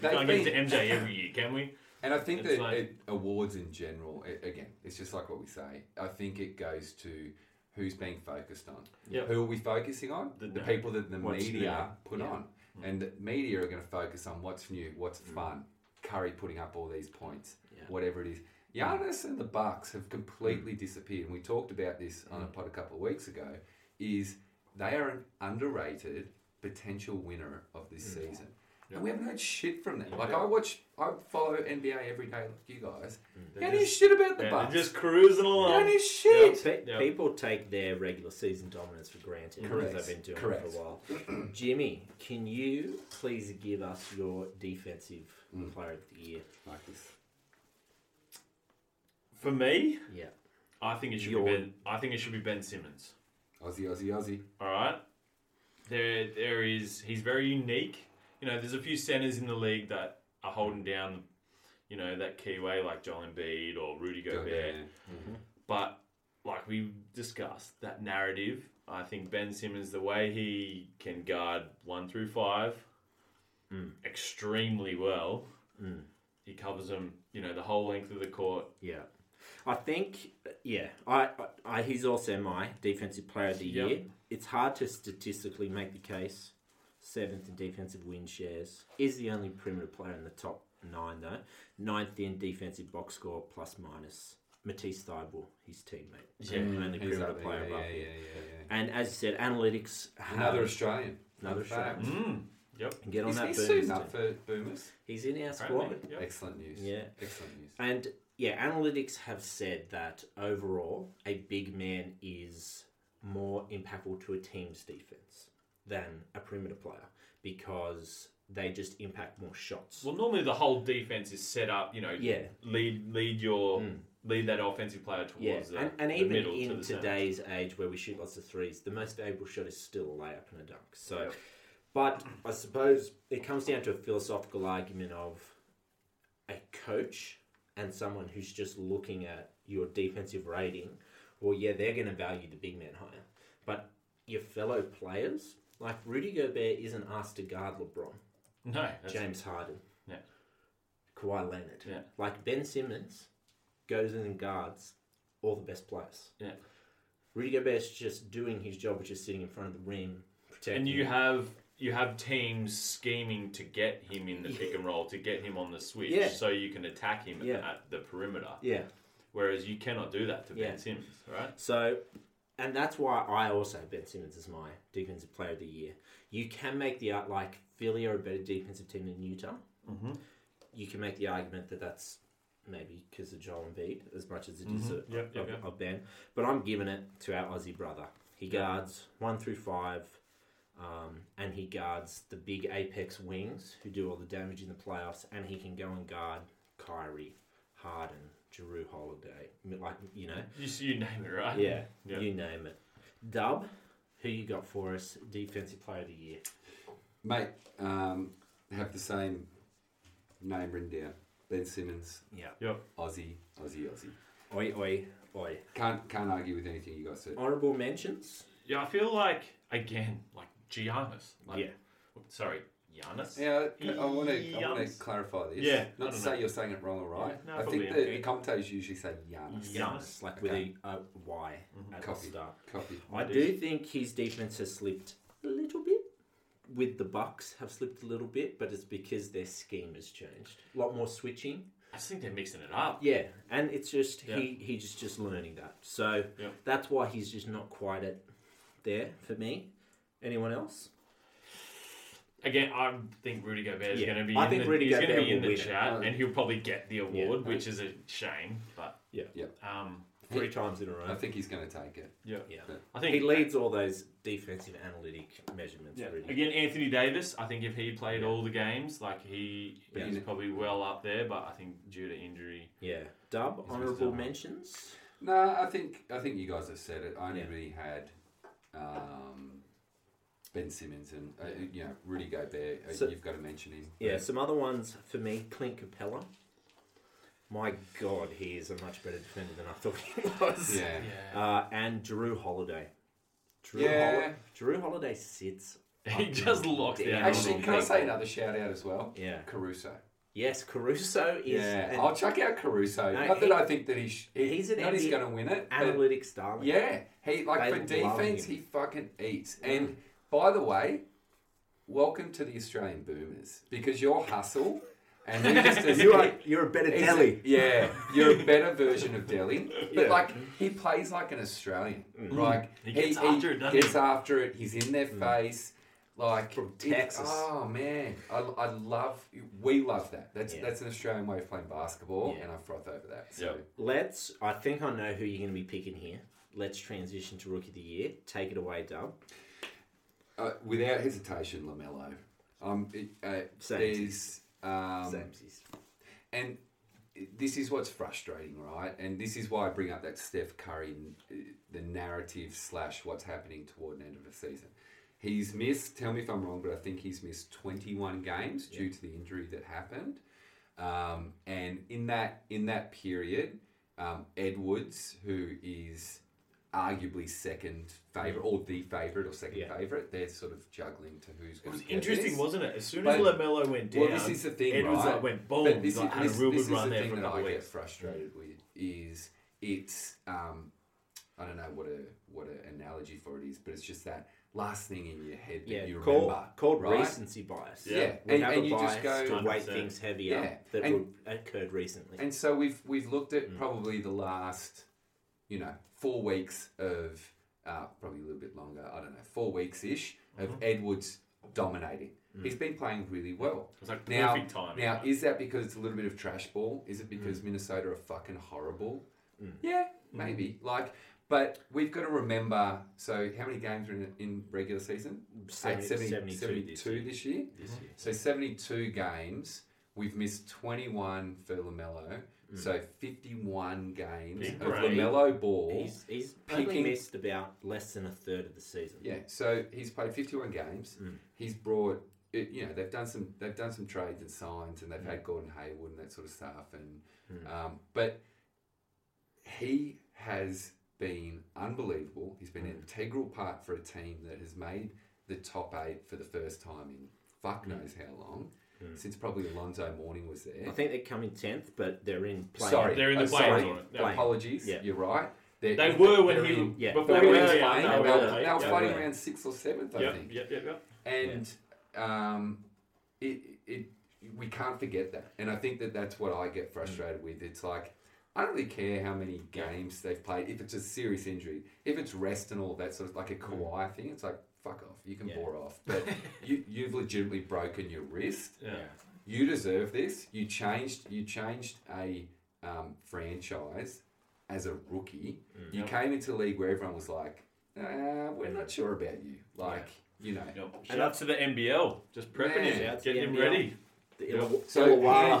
A: They've
C: Can't give it to
A: been-
C: MJ every year, can we?
A: And I think
C: It's
A: that
C: like-
A: it, awards in general, it, again, it's just like what we say. I think it goes to who's being focused on.
C: Yep.
A: Who are we focusing on? The,
C: The-
A: people that the
B: What's
A: media put
B: Yeah.
A: on. And the media are going to focus on what's new, what's fun. Curry putting up all these points,
B: Yeah.
A: whatever it is. Giannis and the Bucks have completely disappeared. And we talked about this on a pod a couple of weeks ago. Is they are an underrated potential winner of this season. And we haven't heard shit from them. Like I watch, I follow NBA every day, like you guys.
C: They're
A: Don't hear
C: just-
A: shit about the
C: Yeah,
A: Bucks.
C: they're just cruising
A: Don't
C: along.
A: hear shit.
B: Pe-
C: Yeah.
B: People take their regular season dominance for granted
A: Correct.
B: because they've been doing it
A: Correct.
B: for a while. Jimmy, can you please give us your defensive
A: Mm.
B: player of the year?
A: Like this.
C: For me,
B: Yeah.
C: I think it should
B: Your-
C: be Ben. I think it should be Ben Simmons.
A: Aussie, Aussie, Aussie.
C: All right. There, there is. He's very unique. You know, there's a few centers in the league that are holding down, you know, that keyway like Joel Embiid or Rudy
A: Go
C: Gobert.
A: there.
C: But like we discussed, that narrative. I think Ben Simmons, the way he can guard one through five, extremely well. He covers them, you know, the whole length of the court.
B: Yeah. I think, yeah, I, I, I he's also my defensive player of the
C: Yep.
B: year. It's hard to statistically make the case. Seventh in defensive win shares. Is the only perimeter player in the top nine, though. Ninth in defensive box score, plus minus. Matisse Thybul, his teammate.
C: Yeah,
B: only
A: He's
B: perimeter
A: up there,
B: player
A: yeah,
B: above
A: yeah,
B: him.
A: yeah, yeah,
B: And as you said, analytics.
A: yeah.
B: have-
A: Another Australian.
B: Another
A: Fact.
B: Australian.
C: Ah. Mm. Yep.
B: and Get on
A: Is
B: that
A: he
B: Boomers
A: suiting up
B: team.
A: for Boomers?
B: He's in our squad.
C: Apparently, yep.
A: Excellent news.
B: Yeah.
A: Excellent news.
B: And yeah, analytics have said that overall, a big man is more impactful to a team's defense than a perimeter player because they just impact more shots.
C: Well, normally the whole defense is set up. You know,
B: Yeah. Hmm.
C: lead lead your lead that offensive player
B: yeah,
C: towards the,
B: and, and
C: the
B: even
C: middle to
B: in
C: the center.
B: today's age where we shoot lots of threes, the most valuable shot is still a layup and a dunk. So, but I suppose it comes down to a philosophical argument of a coach and someone who's just looking at your defensive rating. Well, yeah, they're going to value the big man higher, but your fellow players, like Rudy Gobert, isn't asked to guard LeBron,
C: No, that's,
B: James Harden,
C: Yeah.
B: Kawhi Leonard,
C: Yeah.
B: like Ben Simmons, goes in and guards all the best players.
C: yeah.
B: Rudy Gobert's just doing his job, which is sitting in front of the rim, protecting.
C: And you have you have teams scheming to get him in the pick and roll, to get him on the switch,
B: Yeah.
C: so you can attack him
B: Yeah.
C: at the perimeter.
B: yeah.
C: Whereas you cannot do that to
B: Yeah.
C: Ben Simmons, right?
B: So, and that's why I also have Ben Simmons as my defensive player of the year. You can make the art like Philly are a better defensive team than Utah. Mm-hmm.
C: Mhm.
B: You can make the argument that that's maybe because of Joel Embiid as much as it is of,
C: Mm-hmm. Yep, yep,
B: of-
C: yep.
B: of Ben. But I'm giving it to our Aussie brother. He guards one through five. Um, and he guards the big apex wings who do all the damage in the playoffs, and he can go and guard Kyrie, Harden, Giroux, Holiday, like you know,
C: You see, you name it, right?
B: yeah,
C: Yeah.
B: you name it. Dub, who you got for us? Defensive player of the year.
A: Mate, um, have the same name written down. Ben Simmons,
B: Yeah.
C: Yep.
A: Aussie, Aussie, Aussie.
B: Oi, oi, oi.
A: Can't can't argue with anything you guys said.
B: Honorable mentions.
C: Yeah, I feel like again, like Giannis. Like,
B: Yeah.
C: Sorry, Giannis.
A: Yeah, I want to. I want
C: Yums.
A: to clarify this.
C: Yeah, I
A: not
C: don't
A: to say
C: know.
A: you're saying it wrong or right.
C: No,
A: I
C: probably
A: think
C: not.
A: the, the commentators usually say Giannis.
C: Yeah.
B: Giannis, like with a uh, Y at
A: Copy.
B: the start.
A: Copy.
B: I do think his defense has slipped a little bit. With the Bucks have slipped a little bit, but it's because their scheme has changed. A lot more switching.
C: I just think they're mixing it up.
B: Yeah, and it's just
C: Yeah.
B: he he's just just learning that. So
C: Yeah.
B: that's why he's just not quite at there for me. Anyone else?
C: Again, I think Rudy Gobert is
B: Yeah.
C: going to be.
B: I
C: in
B: think
C: the,
B: Rudy
C: he's gonna
B: Gobert
C: be in
B: will
C: the
B: win it.
C: chat,
A: Um,
C: and he'll probably get the award, which is a shame. But
B: Yeah.
A: Yeah.
C: um,
B: Three times in a row.
A: I think he's going to take it.
C: yeah,
B: yeah.
C: I
B: He
C: think
B: leads all those defensive analytic measurements.
C: Yeah.
B: Really.
C: Again, Anthony Davis. I think if he played all the games, like he
B: Yeah.
C: he's probably well up there. But I think due to injury,
B: Yeah. Dub,
C: He's missed
B: honourable
C: out.
B: mentions.
A: No, I think I think you guys have said it. I only
B: Yeah.
A: really had um, Ben Simmons and uh, you know Rudy Gobert. Uh,
B: So-
A: you've got to mention him.
B: Yeah, some other ones for me. Clint Capella. My God, he is a much better defender than I thought he was.
A: Yeah.
C: yeah,
B: Uh, and Drew Holiday. Drew,
A: Yeah.
B: Hol- Drew Holiday sits
C: He just locks down.
A: Actually,
C: on
A: can I say
C: people.
A: another shout out as well?
B: Yeah.
A: Caruso.
B: Yes, Caruso is
A: yeah, uh,
B: an
A: I'll chuck out Caruso.
B: No,
A: not
B: he-
A: that I think that he sh- he-
B: he's an
A: not he's
B: NBA
A: going to win it. but-
B: analytic darling.
A: Yeah, he like
B: They
A: for
B: love
A: defense,
B: him.
A: he fucking eats. And by the way, welcome to the Australian Boomers because your hustle and you're just as
D: You are you're a better
A: Exa-
D: Delhi.
A: Yeah, you're a better version of Delhi, but
B: Yeah.
A: like he plays like an Australian. Mm. Like
C: He gets after it, doesn't
A: gets
C: he?
A: after it. He's in their face. Like
D: From
A: it-
D: Texas.
A: oh man, I, I love. We love that. That's
B: Yeah.
A: that's an Australian way of playing basketball,
B: Yeah.
A: and I froth over that. So.
C: Yep.
B: Let's. I think I know who you're going to be picking here. Let's transition to Rookie of the Year. Take it away, Dub.
A: Uh, without hesitation, Lamelo. Um, it, uh,
B: Same.
A: there's um,
B: Samesies.
A: and this is what's frustrating, right? And this is why I bring up that Steph Curry, uh, the narrative slash what's happening toward an end of the season. He's missed. Tell me if I'm wrong, but I think he's missed 21 games due to the injury that happened. Um, and in that in that period, um, Edwards, who is arguably second favorite or the favorite or second
B: Yeah.
A: favorite, they're sort of juggling to who's
C: It
A: going
C: was
A: to
C: interesting,
A: this.
C: wasn't it? As soon as
A: But-
C: Lamelo went down,
A: Well, this is the thing,
C: Edwards
A: right?
C: like went boom.
A: But this,
C: like,
A: is,
C: had
A: this-
C: a real
A: this
C: good
A: is
C: run
A: the
C: there
A: thing
C: for a
A: that I
C: couple
A: get
C: weeks.
A: frustrated with is it's um, I don't know what a what an analogy for it is, but it's just that last thing in your head that
B: Yeah,
A: you remember,
B: called, called
A: right?
B: recency bias.
A: Yeah,
C: Yeah.
B: We
A: and,
B: have
A: and
B: a
A: you just
B: bias
A: go,
B: to weight
C: 100%.
B: things heavier
A: Yeah,
B: that
A: and-
B: would, occurred recently.
A: and so we've we've looked
C: Mm.
A: at probably the last, you know, four weeks of uh, probably a little bit longer. I don't know, four weeks ish of
C: Mm-hmm.
A: Edwards dominating.
C: Mm.
A: He's been playing really well.
C: It was like
A: Now,
C: perfect timing.
A: now
C: right?
A: is that because it's a little bit of trash ball? Is it because Minnesota are fucking horrible? Yeah, maybe. Like, but we've got to remember. So, how many games are in, in regular season?
B: Seventy-
A: Eight- seventy-
B: 72 this
A: 72
B: year. Mm-hmm.
A: this year.
B: this year.
A: So, seventy-two games. We've missed twenty-one for Lamelo.
B: Mm.
A: So, fifty-one games
C: Big
A: of
C: brain.
A: Lamelo ball.
B: He's, he's only
A: Picking-
B: missed about less than a third of the season. Mm.
A: Yeah, so he's played 51 games. He's brought, it, you know, they've done some they've done some trades and signs, and they've had Gordon Hayward and that sort of stuff. And
B: Mm.
A: um, but he has been unbelievable. He's been an
C: Mm.
A: integral part for a team that has made the top eight for the first time in fuck
C: Mm.
A: knows how long since probably Alonzo Mourning was there.
B: I think they come in tenth, but they're in play.
A: Sorry,
C: They're in the
A: oh,
C: playing
A: sorry.
C: tournament. Yeah.
A: Apologies,
B: Yeah.
A: you're right. They're-
C: they were when
A: they're
C: he
A: in-
B: yeah.
A: they
C: before
B: They
A: were
C: he
B: were
C: went
A: playing.
C: down.
A: They
C: they
A: were,
C: were
A: they
C: late.
A: were
C: Yeah.
A: fighting
B: were.
A: around sixth or seventh, I
C: Yep,
A: think.
C: yep, yep, yep.
A: and um, it, it we can't forget that. And I think that that's what I get frustrated with. It's like I don't really care how many games they've played. If it's a serious injury, if it's rest and all that sort of like a Kawhi thing, it's like fuck off. You can
B: Yeah.
A: bore off, but you you've legitimately broken your wrist.
C: Yeah.
A: You deserve this. You changed. You changed a um, franchise as a rookie. You came into the league where everyone was like, uh, "We're not sure about you." Like, you know,
C: Yep. Shout out to the NBL, just prepping
A: Yeah.
C: him,
B: Shout out to
C: getting
B: the
C: him
B: NBL.
C: ready.
B: The
C: Yeah.
B: Illawa-
A: So
B: Illawarra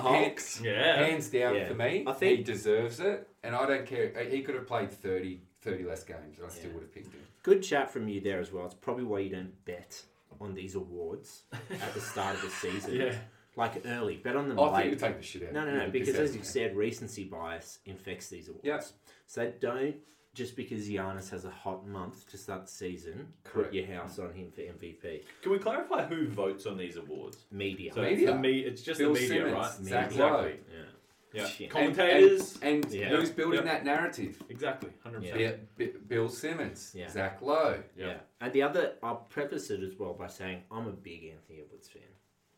A: hand-
B: Hawks.
A: hands,
C: Yeah.
A: hands down
B: Yeah.
A: for me.
B: I think-
A: he deserves it, and I don't care. He could have played 30, 30 less games, and I still
B: Yeah.
A: would have picked him.
B: Good chat from you there as well. It's probably why you don't bet on these awards at the start of the season.
C: Yeah.
B: Like early. Bet on them
A: I think
B: late.
A: you take the shit out.
B: No, no,
A: you
B: no.
A: know,
B: Because
A: piss
B: as you
A: out.
B: said, recency bias infects these awards.
A: Yeah.
B: So don't just because Giannis has a hot month to start the season,
A: Correct.
B: put your house on him for MVP.
C: Can we clarify who votes on these awards?
B: Media.
C: So
A: Media.
C: It's, the me- it's just
A: Bill
C: the media,
A: Simmons,
C: right?
A: Zach
C: exactly.
A: Lowe.
B: yeah.
C: Yeah.
B: Yeah.
A: And-
C: Commentators.
A: and, and
B: Yeah.
A: who's building
C: Yeah.
A: that narrative?
C: exactly. Hundred
B: Yeah.
C: percent.
A: Bi- Bi- Bill Simmons,
B: Yeah.
A: Zach Lowe.
B: Yeah. And the other, I'll preface it as well by saying I'm a big Anthony Edwards fan.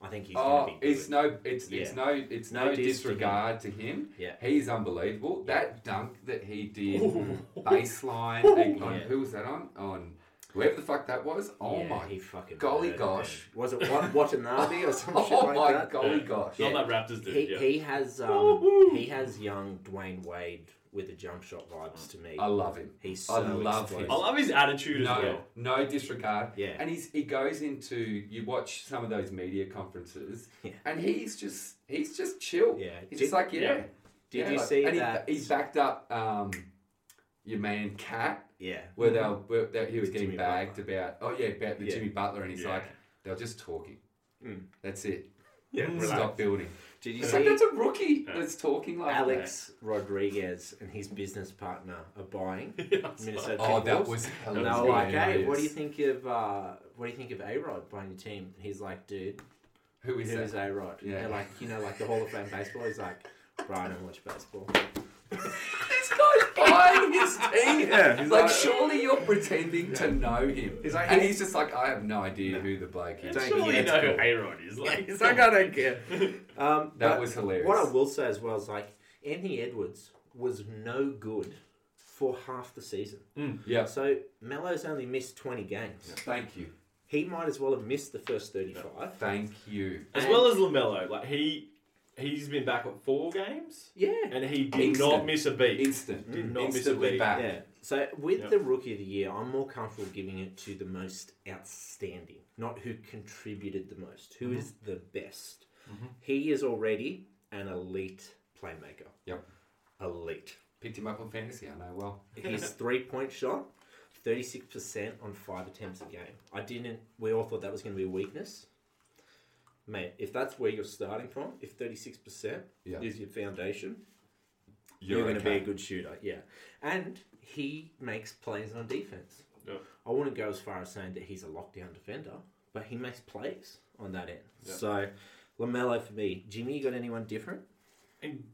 B: I think he's
A: Oh,
B: going to be
A: it's
B: good.
A: no, it's
B: Yeah.
A: it's no, it's
B: No
A: no,
B: diss to him.
A: disregard to him.
B: Yeah.
A: he's unbelievable. That dunk that he did, baseline on
B: Yeah.
A: who was that on? On whoever the fuck that was. Oh
B: Yeah,
A: my
B: he fucking
A: golly
B: murdered
A: gosh.
B: them. Was it Wat- Watanabe or some shit
A: Oh
B: like
A: my
B: that?
A: golly
C: Yeah.
A: gosh.
B: Yeah.
C: Not that Raptors did.
B: He,
C: yeah.
B: he has um,
C: Woo-hoo.
B: he has young Dwayne Wade with the jump shot vibes to me.
A: Oh, I love him.
B: He's
A: I
B: so
A: love
B: explosive.
A: him.
C: I love his attitude as
A: No,
C: well.
A: no disregard.
B: Yeah.
A: And he's he goes into you watch some of those media conferences
B: Yeah.
A: and he's just he's just chill.
B: Yeah.
A: He's
B: Did-
A: just like, yeah.
C: yeah.
B: Did
A: Yeah,
B: you
A: like-
B: see
A: and
B: that?
A: He, he backed up um your man Cat
B: yeah.
A: where they were, where that he was
B: The
A: getting
B: Mm-hmm. Jimmy
A: bagged about oh yeah, about the
B: Yeah.
A: Jimmy Butler and he's
C: Yeah.
A: like, they're just talking.
B: Mm.
A: That's it.
B: Yeah, relax.
A: Stop building.
B: Did you
A: It's like,
B: see
A: that's a rookie
C: Yeah.
A: that's talking like
B: Alex Rodriguez and his business partner are buying Minnesota?
A: that. Oh, that
B: Timberwolves?
A: was
B: And they
A: hilarious.
B: were like, "Hey, what do you think of uh, what do you think of A Rod buying your team?" And he's like, "Dude,
A: Who
B: who
A: is
B: is
A: that?
B: A Rod?"
A: Yeah.
B: They're like, you know, like the Hall of Fame baseball. He's like, "Bro, I don't watch baseball."
A: This guy's buying his team.
B: Yeah, he's
A: like,
B: like-
A: surely you're pretending to know him.
B: He's like-
A: and he's just like, I have no idea who the bloke
C: And
A: is.
B: Don't-
C: surely
B: yeah,
C: you
B: it's
C: know who
B: cool.
C: A-Rod is. Like,
B: He's like, "I don't care." Um,
A: That
B: but
A: was hilarious.
B: What I will say as well is like Anthony Edwards was no good for half the season.
A: yeah,
B: So Melo's only missed twenty games.
A: thank you.
B: He might as well have missed the first thirty-five.
A: Thank you.
C: As well as Lamelo, like he he's been back at four games,
B: Yeah.
C: and he did
A: Instant.
C: not miss a beat.
A: Instant.
C: Did not miss a
A: Instantly
C: beat.
A: back.
B: Yeah. So with
C: Yeah.
B: the rookie of the year, I'm more comfortable giving it to the most outstanding, not who contributed the most, Who is the best. He is already an elite playmaker.
A: Yep.
B: Elite.
A: Picked him up on fantasy, I know well.
B: His three point shot, 36% on five attempts a game. I didn't, we all thought that was going to be a weakness. Mate, if that's where you're starting from, if 36%
A: Yeah.
B: is your foundation, you're, going to be a good shooter. Yeah, and he makes plays on defense.
C: Yeah.
B: I wouldn't go as far as saying that he's a lockdown defender, but he makes plays on that end.
C: Yeah.
B: So Lamelo for me. Jimmy, you got anyone different?
C: And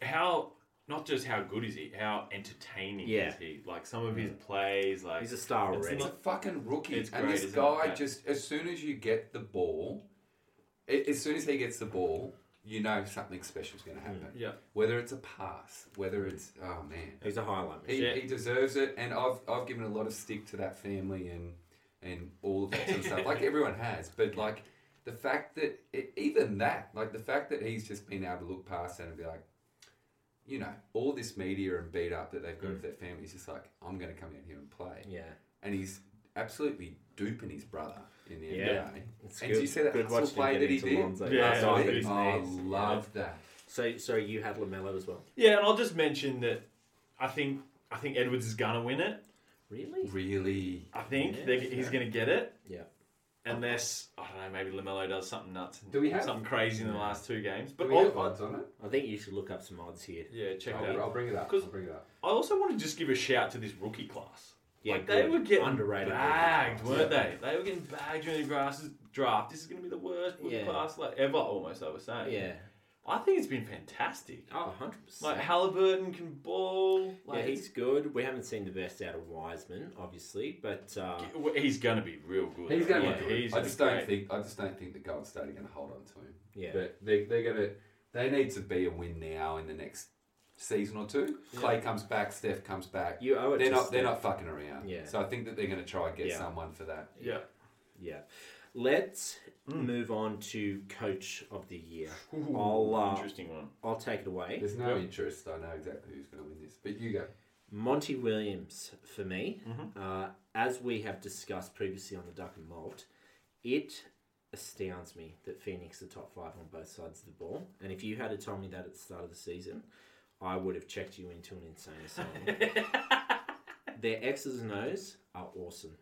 C: how not just how good is he, how entertaining
B: Yeah.
C: is he? Like some of his plays, like
B: He's a star
C: It's
B: already.
A: He's a fucking rookie.
C: It's
A: and
C: great,
A: this
C: isn't
A: guy
C: it? Yeah.
A: just, as soon as you get the ball, a- as soon as he gets the ball, you know something special's going to happen.
C: yeah.
A: Whether it's a pass, whether it's, oh man.
B: he's a highlight. man.
A: He,
C: Yeah.
A: he deserves it, and I've I've given a lot of stick to that family and and all of that sort of stuff. Like everyone has, but like the fact that it, even that, like the fact that he's just been able to look past that and be like, you know, all this media and beat up that they've
C: Mm.
A: got of their family is just like, I'm going to come out here and play,
B: Yeah,
A: and he's absolutely duping his brother in the
B: Yeah.
A: NBA.
B: it's
A: And did you see that hustle
B: watching him
A: play
B: get
A: that he
B: into
A: did? Oh,
B: Lonzo.
C: Yeah,
B: Last
C: I
B: night
C: think
B: with his
A: I
B: knees.
A: love that.
B: So, so you had Lamelo as well.
C: yeah, and I'll just mention that I think I think Edwards is gonna win it.
B: Really?
A: Really,
C: I think
B: Yeah,
C: they
B: fair.
C: he's gonna get it.
B: Yeah.
C: Unless I don't know, maybe Lamelo does something nuts. and
A: Do we have-
C: something crazy in the last two games?
A: but
C: But
A: we have
C: I'll-
A: odds on it.
B: I think you should look up some odds here.
C: yeah, check that
A: I'll, I'll
C: out.
A: bring it up. I'll
C: 'Cause-
A: bring it up.
C: I also want to just give a shout to this rookie class.
B: Yeah,
C: like they
B: good.
C: were getting
B: Underrated rookie
C: bagged,
B: class.
C: weren't they? They were getting bagged during the grasses draft. This is going to be the worst rookie
B: Yeah.
C: class like ever, almost. I was saying.
B: Yeah.
C: I think it's been fantastic.
B: Oh, 100 percent.
C: Like Halliburton can ball. Like
B: yeah, he's good. We haven't seen the best out of Wiseman, obviously, but uh,
C: he's, he's going to be real good.
A: He's going to
C: Yeah,
A: be good.
C: he's
A: I
C: gonna
A: just
C: be
A: don't
C: great.
A: think. I just don't think the Golden State are going to hold on to him.
B: yeah,
A: But they they're going to. They need to be a win now in the next season or two. Clay comes back. Steph comes back.
B: you owe it.
A: they're
B: to
A: not. They're
B: Steph.
A: not fucking around.
B: Yeah.
A: So I think that they're going to try and get
B: Yeah.
A: someone for that.
C: Yeah.
B: Yeah. Let's
A: Hmm.
B: move on to coach of the year.
C: Ooh,
B: I'll uh,
C: interesting one.
B: I'll take it away.
A: There's no
C: Yep.
A: interest. I know exactly who's going to win this. But you go.
B: Monty Williams for me.
C: Mm-hmm.
B: Uh, as we have discussed previously on the Duck and Malt, it astounds me that Phoenix are top five on both sides of the ball. And if you had told me that at the start of the season, I would have checked you into an insane asylum. Their X's and O's are awesome.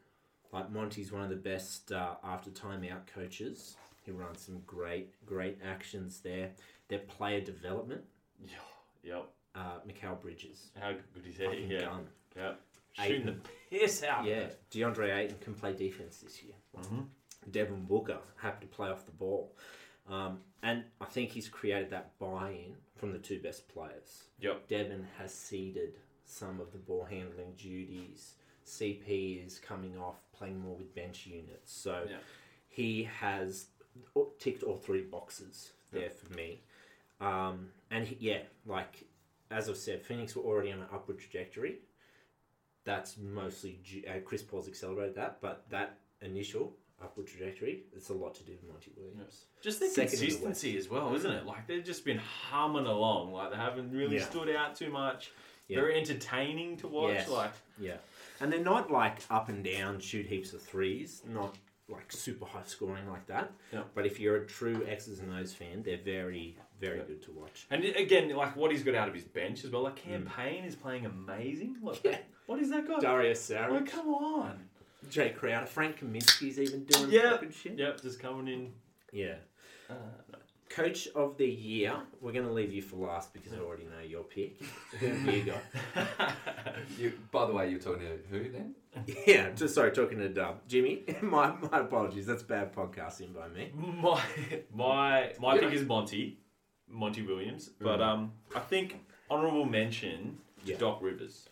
B: Like Monty's one of the best uh, after timeout coaches. He runs some great, great actions there. Their player development,
C: Yeah. Yep.
B: uh, Mikhail Bridges.
C: How good is
B: Fucking
C: he? Yeah.
B: gun.
C: Yep.
B: Eight.
C: Shooting the piss out. of
B: Yeah,
C: it.
B: DeAndre Ayton can play defense this year.
C: Mm-hmm.
B: Devin Booker happy to play off the ball, um, and I think he's created that buy-in from the two best players.
C: Yep.
B: Devin has ceded some of the ball handling duties. CP is coming off, playing more with bench units, so
C: Yeah.
B: he has ticked all three boxes there for me. Um, and he, yeah, like as I've said, Phoenix were already on an upward trajectory that's mostly due, uh, Chris Paul's accelerated that, but that initial upward trajectory, it's a lot to do with Monty Williams.
C: Just their
B: Second in the
C: consistency as well, isn't it? Like they've just been humming along. Like they haven't really
B: Yeah.
C: stood out too much.
B: Yeah.
C: Very entertaining to watch.
B: Yes.
C: Like
B: Yeah, and they're not like up and down, shoot heaps of threes, not like super high scoring like that.
C: Yeah.
B: But if you're a true X's and O's fan, they're very, very good to watch.
C: and it- again, like what he's got out of his bench as well. Like campaign is playing amazing. Like
B: Mm. Yeah.
C: what is that guy?
B: Darius
C: Like,
B: Saric,
C: come on.
B: Jay Crowder, Frank Kaminsky's even doing
C: Yeah.
B: fucking shit.
C: Yep, just coming in.
B: Yeah.
C: Uh, no.
B: Coach of the year, we're going to leave you for last because I already know your pick. Who you got?
A: You, by the way, you're talking to who then?
B: Yeah, just sorry, talking to Dub. Jimmy, my, my apologies. That's bad podcasting by me.
C: my my my
A: Yeah.
C: pick is Monty, Monty Williams. But
A: Mm.
B: Mhm.
C: um, I think honorable mention to
B: Yeah.
C: Doc Rivers.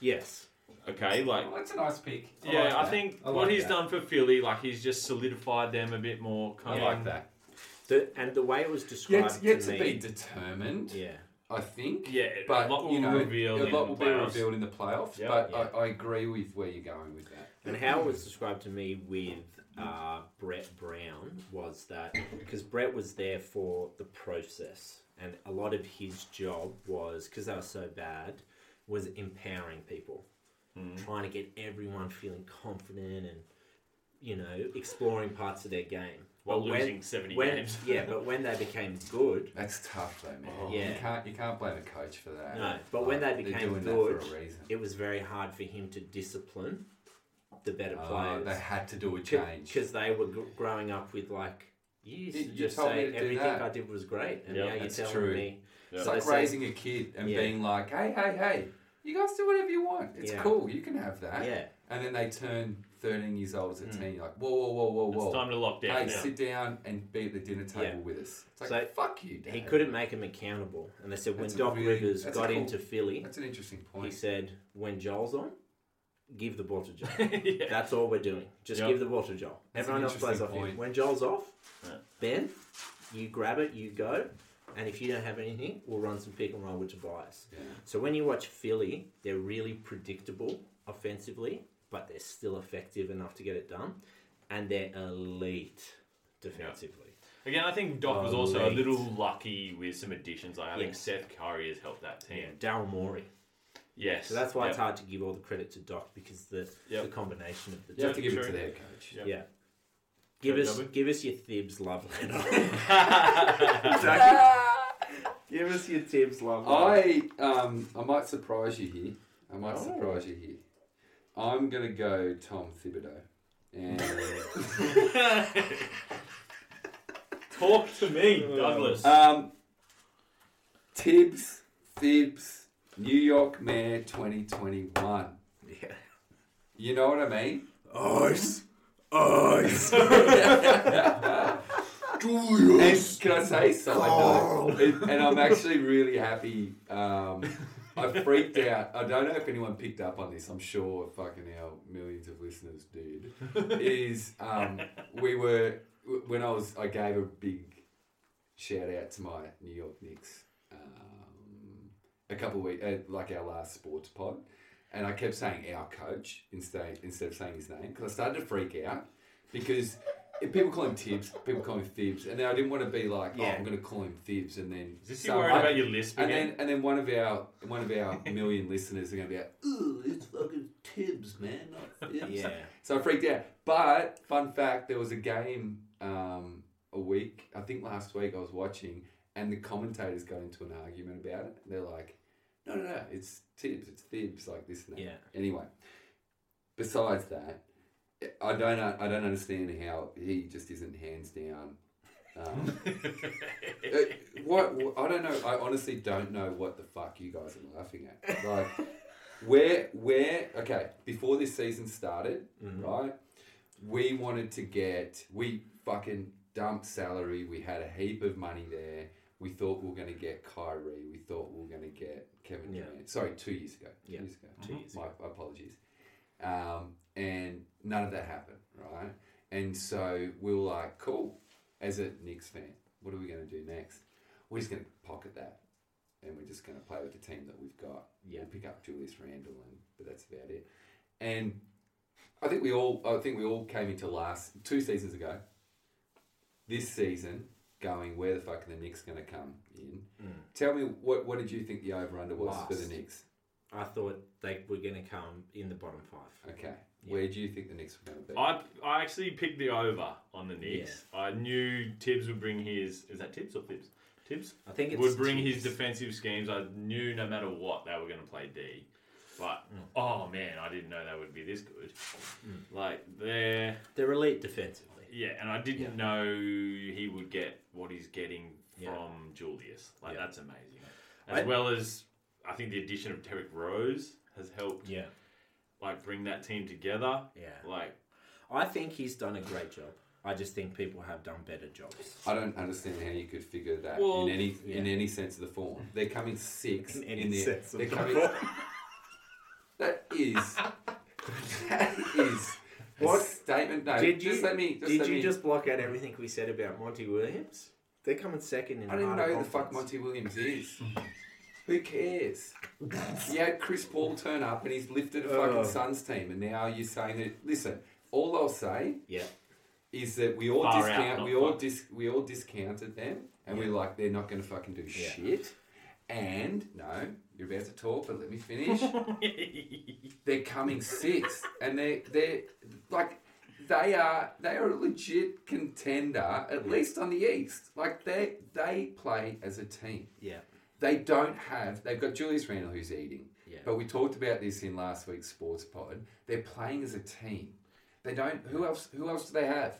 B: Yes.
C: Okay, like
A: Oh, that's a nice pick.
C: yeah,
A: like
C: I
A: that.
C: think
A: I
C: what
A: like
C: he's
A: that.
C: done for Philly, like he's just solidified them a bit more.
A: I
C: Kind of
A: like that.
B: The, and the way it was described
A: Yet, yet
B: to
A: to
B: me.
A: be determined,
B: Yeah.
A: I think.
C: Yeah,
A: But
C: a lot will
A: you know,
C: reveal
A: a
C: in
A: lot
C: the
A: will be
C: playoffs.
A: revealed in the playoffs.
C: Yeah.
A: but
B: Yeah.
A: I, I agree with where you're going with that.
B: And how it was described to me with uh, Brett Brown was that because Brett was there for the process, and a lot of his job was because they were so bad, was empowering people,
C: Mm-hmm.
B: trying to get everyone feeling confident and you know exploring parts of their game.
C: While
B: But when-
C: losing 70
B: when-
C: games.
B: yeah, but when they became good,
A: That's tough, though, man.
C: Oh.
A: You
B: Yeah.
A: can't you can't blame a coach for that.
B: No, but when they
A: they're
B: became
A: doing
B: good,
A: that for a reason.
B: it was very hard for him to discipline the better
C: Ah,
A: Uh,
B: players.
A: they had to do a change.
B: because they were gr- growing up with like you used
A: You-
B: to
A: you
B: just
A: told me
B: say
A: to do
B: everything
A: that."
B: I did was great, and
C: Yeah,
B: now you're
A: that's
B: telling
A: true.
B: me
A: It's
B: Yeah.
A: like
B: They say-
A: raising a kid and
B: Yeah.
A: being like, hey, hey, hey, you guys do whatever you want. It's
B: Yeah.
A: cool. You can have that.
B: yeah,
A: And then they turn 13 years old
B: Hmm.
A: as a teen. You're like, whoa, whoa, whoa, whoa, whoa.
C: It's time to lock down
A: hey,
C: now.
A: sit down and be at the dinner table
B: Yeah.
A: with us. It's like,
B: So,
A: fuck you, Dad.
B: he couldn't make him accountable. And they said when
A: That's a
B: Doc
A: really-
B: Rivers
A: that's a
B: got
A: cool-
B: into Philly,
A: That's an interesting
B: he
A: point.
B: said when Joel's on, give the ball to Joel.
C: Yeah.
B: That's all we're doing. Just
C: Yeah.
B: give the ball to Joel.
A: That's an
B: Everyone else plays
A: interesting
B: off him.
A: point.
B: When Joel's off,
C: Yeah.
B: Ben, you grab it, you go, and if you don't have anything, we'll run some pick and roll with Tobias.
A: Yeah.
B: So when you watch Philly, they're really predictable offensively, but they're still effective enough to get it done, and they're elite defensively.
C: Again, I think Doc was
B: Oh,
C: also
B: late.
C: a little lucky with some additions. Like I think
B: Yes.
C: Seth Curry has helped that team.
B: Yeah, Daryl Morey.
C: Yes,
B: So that's why it's
C: Yep.
B: hard to give all the credit to Doc because the
C: Yep.
B: the combination of the
A: You
B: two.
A: have to give it
C: Sure.
A: to their coach.
C: Yep.
B: Yeah. Give
C: Sorry,
B: us
C: Dobby?
B: give us your Thibs love letter. give us your Thibs love
A: I, um, I might surprise you here. I might
B: Oh.
A: surprise you here. I'm going to go Tom Thibodeau. And
C: Talk to me, Douglas.
B: Uh,
A: Um, Tibbs, Thibs, New York Mayor 2021.
B: Yeah.
A: You know what I mean?
B: Ice. Ice.
A: And can I say side note? It- And I'm actually really happy. Um, I freaked out. I don't know if anyone picked up on this. I'm sure fucking hell, millions of listeners did. Is um, we were when I was I gave a big shout out to my New York Knicks um, a couple of weeks, uh, like our last sports pod. And I kept saying our coach instead, instead of saying his name because I started to freak out because if people call him Tibbs, people call him Thibs. And then I didn't want to be like, oh,
B: Yeah.
A: I'm going to call him Thibs. And then.
C: Is this you
A: some-
C: worried
A: I-
C: about your lisp
A: and
C: again?
A: then, and then one of our one of our million listeners are going to be like, "Ooh, it's fucking Tibbs, man, not Thibs."
B: Yeah.
A: So I freaked out. But fun fact, there was a game um, a week, I think last week I was watching, and the commentators got into an argument about it. They're like, no, no, no, it's Tibbs, it's Thibs, like this and that.
B: Yeah.
A: Anyway, besides that, I don't I don't understand how he just isn't hands down. Um, uh, what I don't know. I honestly don't know what the fuck you guys are laughing at. Like, where where okay before this season started, right? We wanted to get we fucking dumped salary. We had a heap of money there. We thought we were going to get Kyrie. We thought we were going to get Kevin
B: Yeah.
A: Durant. Sorry, two years ago. Two
B: Yeah.
A: years ago.
B: Two years
A: My apologies. Um, and none of that happened, right? And so we were like, cool. As a Knicks fan, what are we going to do next? We're just going to pocket that, and we're just going to play with the team that we've got.
B: Yeah.
A: We'll pick up Julius Randle, and but that's about it. And I think we all, I think we all came into last two seasons ago. This season, going where the fuck are the Knicks going to come in? Tell me what what did you think the over under was for
B: Mm. Last.
A: the Knicks?
B: I thought they were going to come in the bottom five.
A: Okay, where do you think the Knicks were going to be?
C: I, I actually picked the over on the Knicks. I knew Tibbs would bring his. Is that Tibbs or Tibbs? Tibbs
B: I think it's
C: would bring his
B: Tibbs.
C: defensive schemes. I knew no matter what they were going to play D. But
B: Mm.
C: oh man, I didn't know they would be this good. Like they're
B: They're elite defensively.
C: Yeah, and I didn't
B: Yeah.
C: know he would get what he's getting
B: Yeah.
C: from Julius. Like
B: Yeah.
C: that's amazing. As
B: I-
C: well as I think the addition of Derek Rose has helped
B: Yeah.
C: like bring that team together.
B: Yeah.
C: Like
B: I think he's done a great job. I just think people have done better jobs.
A: I don't understand how you could figure that
C: Well,
A: in any in
B: yeah.
A: any sense of the form. They're coming sixth
B: In
A: in,
B: any
A: the
B: sense of
A: they're
B: the
A: coming,
B: form.
A: That is that is what statement. No,
B: Did you
A: just let me. Just
B: Did
A: let
B: you
A: me,
B: just block out everything we said about Monty Williams? They're coming second in
A: I don't even
B: Heart
A: know
B: of
A: who the fuck
B: Conference.
A: Monty Williams is. Who cares? You had Chris Paul turn up and he's lifted a fucking
B: Oh.
A: Suns team, and now you're saying that. Listen, all I'll say
B: Yeah.
A: is that we all
C: Far out,
A: discount,
C: not
A: we all
C: fuck.
A: dis, we all discounted them, and we're like, they're not going to fucking do
B: Yeah.
A: shit. And no, you're about to talk, but let me finish. they're coming sixth, and they they're like. They are they are a legit contender, at least on the East. Like they they play as a team.
B: Yeah.
A: They don't have. They've got Julius Randle who's eating.
B: Yeah.
A: But we talked about this in last week's sports pod. They're playing as a team. They don't. Who else? Who else do they have?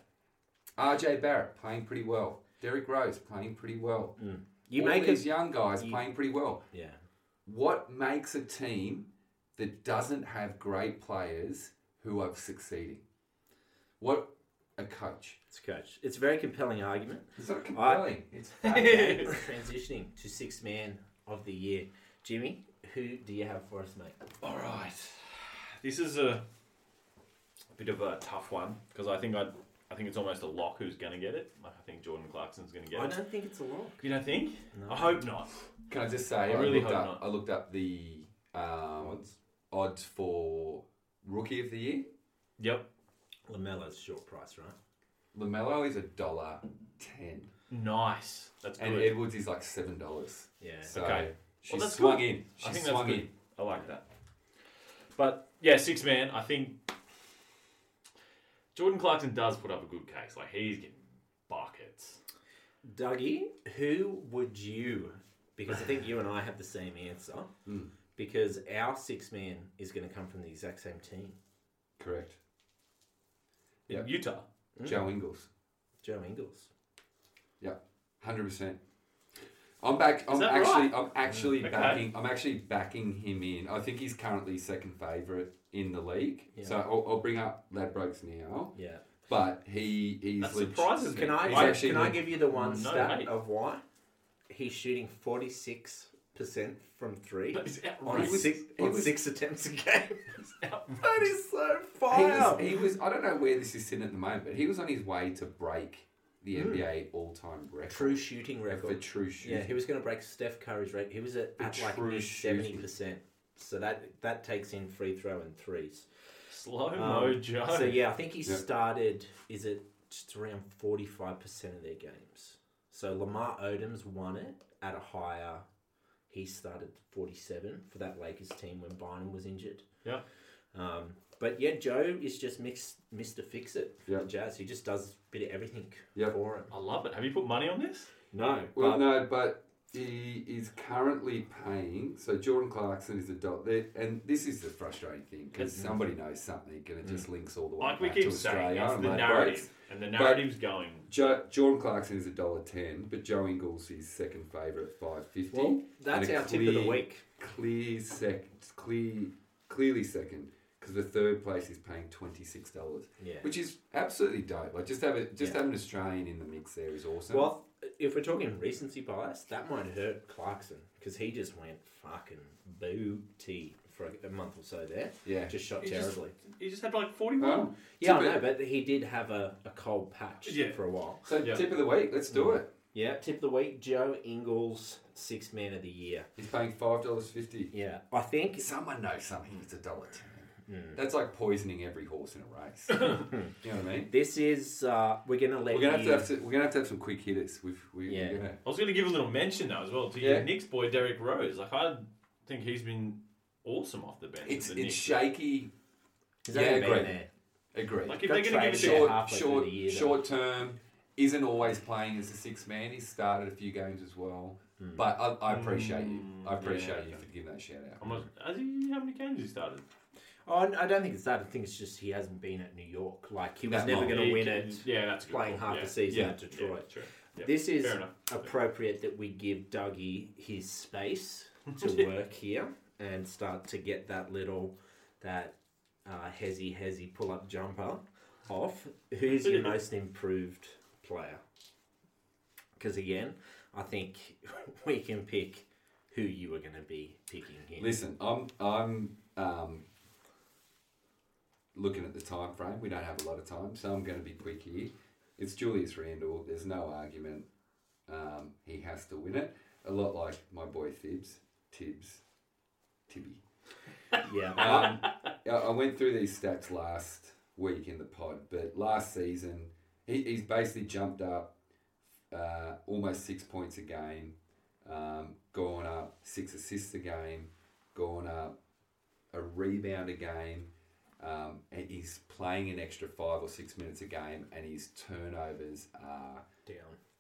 A: R.J. Barrett playing pretty well. Derrick Rose playing pretty well.
B: You
A: All
B: make
A: these
B: it.
A: young guys
B: you-
A: playing pretty well.
B: Yeah.
A: What makes a team that doesn't have great players who are succeeding? What a coach.
B: It's coach. It's a very compelling argument.
A: It's not compelling. it's
B: Transitioning to sixth man of the year, Jimmy. Who do you have for us, mate?
C: All right. This is a, a bit of a tough one because I think I I think it's almost a lock who's going to get it. Like I think Jordan Clarkson's going to get
B: I
C: it.
B: don't think it's a lock.
C: You don't think?
B: No.
C: I hope not.
A: Can I just say,
C: I
A: I,
C: really
A: looked
C: hope
A: up,
C: not.
A: I looked up the um, odds. for rookie of the year.
C: Yep.
B: Lamelo's short price, right?
A: Lamelo is a dollar ten,
C: Nice. That's
A: and
C: good.
A: Edwards is like seven dollars.
B: Yeah.
A: So
C: Okay.
A: she
C: Well, that's
A: swung
C: good.
A: in. She
C: I think that's
A: swung
C: good.
A: in.
C: I like that. But yeah, six man. I think Jordan Clarkson does put up a good case. Like he's getting buckets.
B: Dougie, who would you? Because I think you and I have the same answer.
A: Mm.
B: Because our six man is going to come from the exact same team.
A: Correct.
C: in
A: Yep.
C: Utah.
A: Joe Ingles,
B: Joe Ingles.
A: hundred percent. I'm back. I'm
C: that
A: actually.
C: right? Mm.
A: I'm actually
C: Okay.
A: backing. I'm actually backing him in. I think he's currently second favorite in the league.
B: Yeah.
A: So I'll, I'll bring up Ladbrokes now,
B: Yeah.
A: but he is.
C: That surprises me.
B: Can I
A: He's actually
B: can I
A: leg-
B: give you the one
C: No,
B: stat
C: mate.
B: of why he's shooting forty six percent from three
C: That is
B: on
A: He was-
C: outrageous.
B: six
A: he
B: on
A: was-
B: six attempts a game?
C: outrageous.
B: that is so
A: He
B: fire.
A: was, he was. I don't know where this is sitting at the moment, but he was on his way to break the NBA all-time record
B: Hmm. true shooting
A: for
B: record.
A: true shooting.
B: Yeah, he was going to break Steph Curry's record. He was at,
A: The
B: at like
A: true
B: seventy
A: shooting.
B: percent. So that that takes in free throw and threes.
C: Slow mo
B: Um,
C: Joe.
B: So yeah, I think he
A: Yeah.
B: started. Is it just around forty five percent of their games? So Lamar Odom's won it at a higher. He started forty seven for that Lakers team when Bynum was injured.
C: Yeah.
B: Um, but yeah, Joe is just mixed, Mr. Fix It for
A: Yeah.
B: the Jazz. He just does a bit of everything
A: Yeah.
B: for him.
C: I love it. Have you put money on this?
B: No,
A: Well,
B: but
A: no, but he is currently paying. So Jordan Clarkson is a dot there, and this is the frustrating thing because
B: Mm-hmm.
A: somebody knows something and it
B: Mm.
A: just links all the way
C: Like we
A: back to
C: keep saying,
A: Australia.
C: it's
A: and
C: the
A: like,
C: narrative, and the narrative's going.
A: Jo- Jordan Clarkson is a dollar ten, but Joe Ingles is second favourite at five fifty.
B: well, that's
A: and a
B: our tip of the
A: clear-
B: week.
A: Clear sec, clear, clearly second because the third place is paying twenty six dollars,
B: Yeah.
A: which is absolutely dope. Like just have a, just
B: Yeah.
A: have an Australian in the mix there is awesome.
B: Well, if we're talking recency bias, that might hurt Clarkson because he just went fucking booty for a, a month or so there.
A: Yeah.
B: Just shot
C: He just-
B: terribly.
C: He just had like forty-one.
A: Huh?
B: yeah, I
A: Tip
B: know,
A: it-
B: but he did have a, a cold patch
C: Yeah.
B: for a while.
A: So
C: Yeah.
A: tip of the week, let's do
B: Mm.
A: it.
B: Yeah, tip of the week Joe Ingles, six man of the year.
A: He's paying five dollars fifty.
B: Yeah, I think.
A: Someone knows something. It's a dollar ten.
B: Mm.
A: That's like poisoning every horse in a race. you know what I mean?
B: This is uh, we're gonna let
A: We're gonna have
B: you.
A: to have to. We're gonna have to have some quick hitters. We've, we,
B: Yeah.
A: We're gonna,
C: I was going to give a little mention though as well to
A: Yeah.
C: your Knicks boy Derek Rose. Like I think he's been awesome off the bench. with
A: it's
C: the
A: it's
C: Knicks.
A: shaky.
B: Is that
A: Yeah,
B: a man
A: great.
B: there?
A: Agreed.
C: Like if
B: Got
C: they're going to give it
B: traded
C: to
B: out.
A: short,
B: halfway through
A: short,
B: the year, though.
A: short term isn't always playing as a six man. He started a few games as well.
B: Hmm.
A: But I, I appreciate you. I
C: Mm,
A: appreciate
C: yeah.
A: you for giving that shout out.
C: I'm not, has he, how many games he started?
B: Oh, n- I don't think it's that. I think it's just he hasn't been at New York. Like he was
A: That
B: never
A: long.
B: going to
C: He
B: win
C: can-
B: it.
C: Yeah, that's a good
B: playing
C: call.
B: half
C: yeah.
B: the season
A: Yeah.
B: at
C: Yeah,
B: Detroit.
C: true. Yeah.
B: This is
C: Fair enough.
B: appropriate that we give Dougie his space to work here and start to get that little that uh, hezzy hezzy pull up jumper off. Who's your most improved player? Because again, I think we can pick who you are going to be picking here.
A: Listen, I'm I'm um, looking at the time frame. We don't have a lot of time, so I'm going to be quick here. It's Julius Randle. There's no argument. Um, he has to win it. A lot like my boy Thibs, Tibbs, Tibby.
B: Yeah.
A: Um, I I went through these stats last week in the pod, but last season he, he's basically jumped up uh, almost six points a game, um, gone up six assists a game, gone up a rebound a game, um, and he's playing an extra five or six minutes a game, and his turnovers are.
B: Down.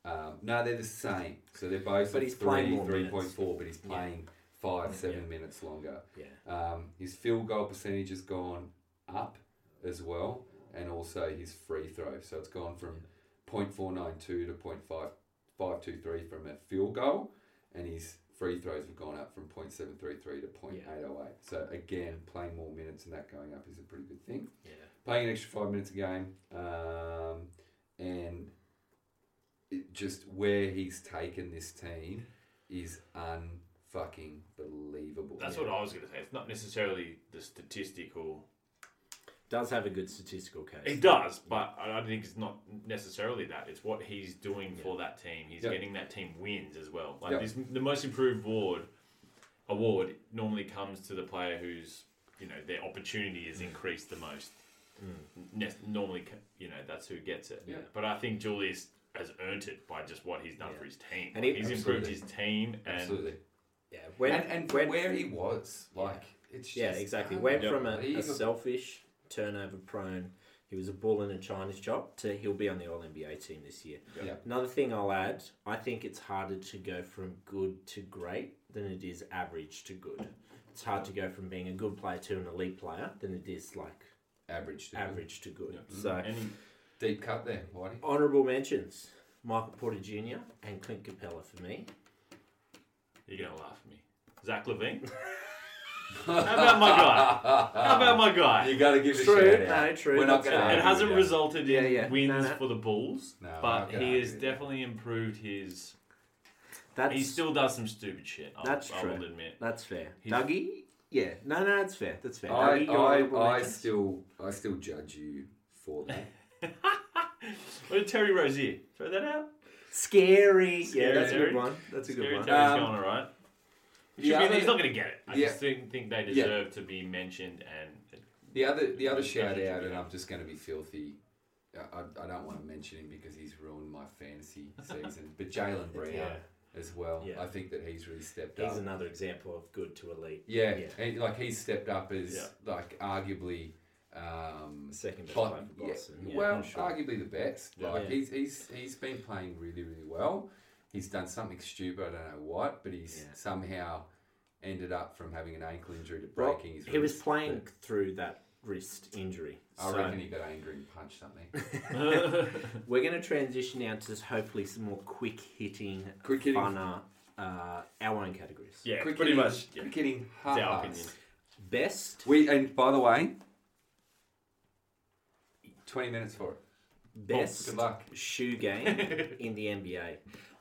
A: Um, no, they're the same. So they're both
B: But
A: at
B: he's playing
A: three,
B: more
A: three
B: minutes.
A: point four, but he's playing five, seven
B: Yeah.
A: minutes longer.
B: Yeah.
A: Um, his field goal percentage has gone up as well, and also his free throw. So it's gone from 0.492 to 0.5523 from a field goal, and his free throws have gone up from 0.733 to 0.808. So again, playing more minutes and that going up is a pretty good thing.
B: Yeah.
A: Playing an extra five minutes a game, um, and it just where he's taken this team is unfucking believable.
C: That's what I was going to say. It's not necessarily the statistical.
B: Does have a good statistical case.
C: It does, but I don't think it's not necessarily that. It's what he's doing for that team. He's
A: Yeah.
C: getting that team wins as well. Like
A: Yeah.
C: this, the most improved award award normally comes to the player who's you know their opportunity is
A: Mm.
C: increased the most. Ne- normally, ca- you know that's who gets it.
A: Yeah.
C: But I think Julius has earned it by just what he's done
B: Yeah.
C: for his team.
B: And
C: Like,
B: he-
C: he's
A: Absolutely.
C: improved his team and
A: Absolutely.
B: Yeah. When,
A: and and
B: when,
A: where he was, like it's
B: Yeah,
A: just
B: exactly. Went from a, a
A: unbelievable.
B: selfish, turnover prone, he was a bull in a China's shop, to he'll be on the All NBA team this year.
A: Yeah.
B: Another thing I'll add I think it's harder to go from good to great than it is average to good. It's hard to go from being a good player to an elite player than it is like
A: average, dude.
B: average to good. So,
C: and he-
A: deep cut there, Whitey.
B: honorable mentions Michael Porter Jr. and Clint Capella for me.
C: You're gonna laugh at me. Zach Levine. How about my guy?
A: Uh,
C: How about my guy?
A: You got to give it
B: True,
A: a shout out.
B: no, true,
A: We're not
B: that's
A: going
B: fair.
C: It hasn't resulted in
B: Yeah, yeah.
C: wins
B: No, no.
C: for the Bulls,
A: No, I'm
C: but
A: not gonna
C: he has
A: argue that.
C: definitely improved his.
B: That's,
C: he still does some stupid shit. I'll,
B: That's
C: I
B: true.
C: will admit.
B: that's fair.
C: He's-
B: Dougie? Yeah. No, no, that's fair. That's fair.
A: I,
B: Dougie, your
A: I,
B: honourable
A: I
B: mentions?
A: still I still judge you for that.
C: What did Terry Rozier throw that out?
B: Scary.
C: Scary,
B: yeah, that's a
C: Terry.
B: good one. That's a good
C: Terry
B: one.
C: Terry's
A: Um,
C: going all right. He should
A: the
C: be-
A: other-
C: he's not gonna get it. I
A: Yeah.
C: just think, think they
A: Yeah.
C: deserve to be mentioned and.
A: The other the other
C: Yeah,
A: shout
C: yeah,
A: out, and
C: yeah.
A: I'm just going to be filthy. I- I, I don't want to mention him because he's ruined my fantasy season. But Jalen Brown
C: Yeah.
A: as well.
B: Yeah.
A: I think that he's really stepped up.
B: He's another example of good to elite.
A: Yeah,
B: Yeah.
A: He, like he's stepped up as
C: Yeah.
A: like arguably um,
B: The second best
A: Bo-
B: player for Boston. Yeah,
A: well,
B: I'm sure.
A: arguably the best.
C: Yeah.
A: Like
B: Yeah.
A: he's he's he's been playing really really well. He's done something stupid. I don't know what, but he's
B: Yeah.
A: somehow ended up from having an ankle injury to
B: Well,
A: breaking his.
B: he was
A: wrist.
B: playing through that wrist injury.
A: I
B: so
A: reckon he got angry and punched something.
B: we're going to transition now to hopefully some more quick hitting,
A: Quick hitting.
B: funner, uh, our own categories.
C: yeah,
A: Quick
C: pretty
A: hitting-
C: much. Yeah.
A: Quick hitting
C: It's
A: hard
C: our
A: pass.
C: opinion.
B: Best
A: We oh, and by the way, twenty minutes for it.
B: best
A: Good luck.
B: shoe game in the NBA.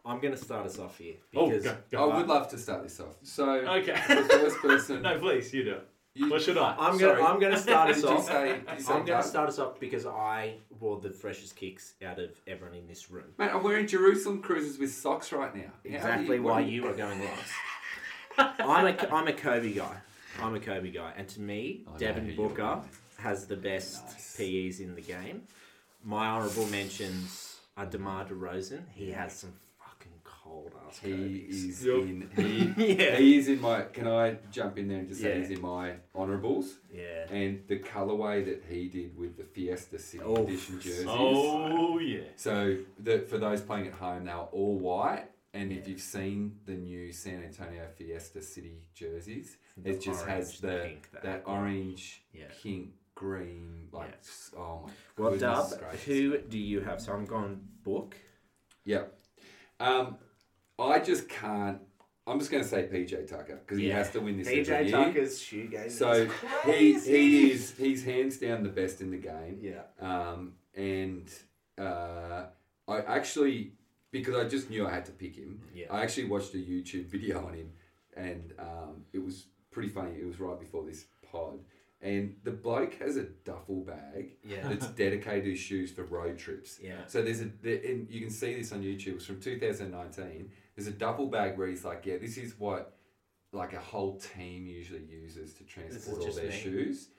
B: I'm going to start us off here
C: Oh,
B: because
C: go-
A: I
C: go.
A: would love to start this off. So the
C: Okay.
A: first person.
C: no, please, you do. it.
A: you-
C: What should I?
B: I'm going
A: Sorry.
B: to I'm going to start us
A: Did you
B: off.
A: say? Did you say
B: I'm going
A: Doug?
B: to start us off because I wore the freshest kicks out of everyone in this room.
A: Mate, I'm wearing Jerusalem cruises with socks right now. How do
B: Exactly
A: what
B: why
A: do
B: you are going last. I'm a, I'm a Kobe guy. I'm a Kobe guy. And to me,
A: I know who
B: Devin
A: Oh, you're
B: Booker has the best PEs in the game. My honourable mentions are DeMar DeRozan. He has some fucking cold ass
A: He
B: Kobe's.
A: is
C: Yep.
A: in. He,
B: Yeah.
A: he is in my. Can I jump in there and just say
B: Yeah.
A: he's in my honourables?
B: Yeah.
A: And the colorway that he did with the Fiesta City
B: Oh,
A: Edition jerseys.
C: Oh yeah.
A: So the, for those playing at home, they were all white, And if you've seen the new San Antonio Fiesta City jerseys,
B: The
A: it just has
B: orange,
A: the
B: pink, that-
A: that, orange,
B: Yeah.
A: pink, green, like
B: Yeah.
A: s- oh my
B: Well,
A: goodness
B: Dub,
A: gracious.
B: who do you have? So I'm going book.
A: Yeah. Um, I just can't. I'm just going to say PJ Tucker because he
B: Yeah.
A: has to win this every
B: DJ
A: year.
B: Tucker's shoe game.
A: So he,
B: is crazy.
A: he is he's hands down the best in the game.
B: Yeah.
A: Um, and uh, I actually because I just knew I had to pick him.
B: Yeah.
A: I actually watched a YouTube video on him, and um, it was pretty funny. It was right before this pod, and the bloke has a duffel bag
B: Yeah.
A: that's dedicated to his shoes for road trips.
B: Yeah.
A: So there's a, there, and you can see this on YouTube. It's from 2019. There's a duffel bag where he's like, yeah, this is what like a whole team usually uses to transport all
B: just
A: their
B: me.
A: shoes.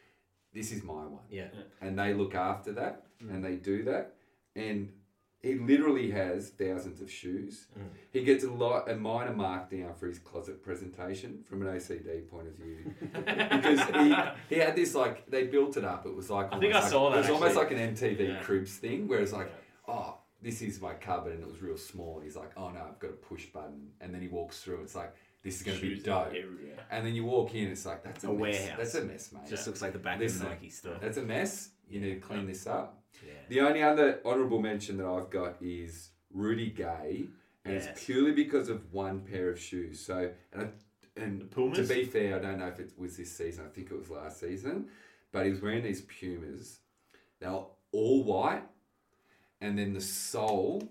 A: This is my one,
B: Yeah.
A: and they look after that,
C: Mm.
A: and they do that, and he literally has thousands of shoes.
C: Mm.
A: He gets a lot a minor markdown for his closet presentation from an OCD point of view because he, he had this like they built it up. It was like
C: I think
A: almost
C: I saw
A: like-
C: that,
A: It was almost like
C: actually.
A: an MTV
C: Yeah.
A: Cribs thing where it's like,
C: Yeah.
A: oh, this is my cupboard, and it was real small. He's like, oh no, I've got a push button, and then he walks through. It's like this is going to be
C: Shoes are
A: dope.
C: everywhere.
A: And then you walk in, it's like that's a,
B: A
A: mess.
B: warehouse.
A: That's a mess, mate.
B: Just looks like the back
A: Listen.
B: of Nike store.
A: that's a mess. You need to clean this up.
B: Yeah.
A: The only other honourable mention that I've got is Rudy Gay, and
B: Yes.
A: it's purely because of one pair of shoes. So, and I, and
C: The Pumas?
A: to be fair, I don't know if it was this season. I think it was last season, but he was wearing these Pumas. They were all white, and then the sole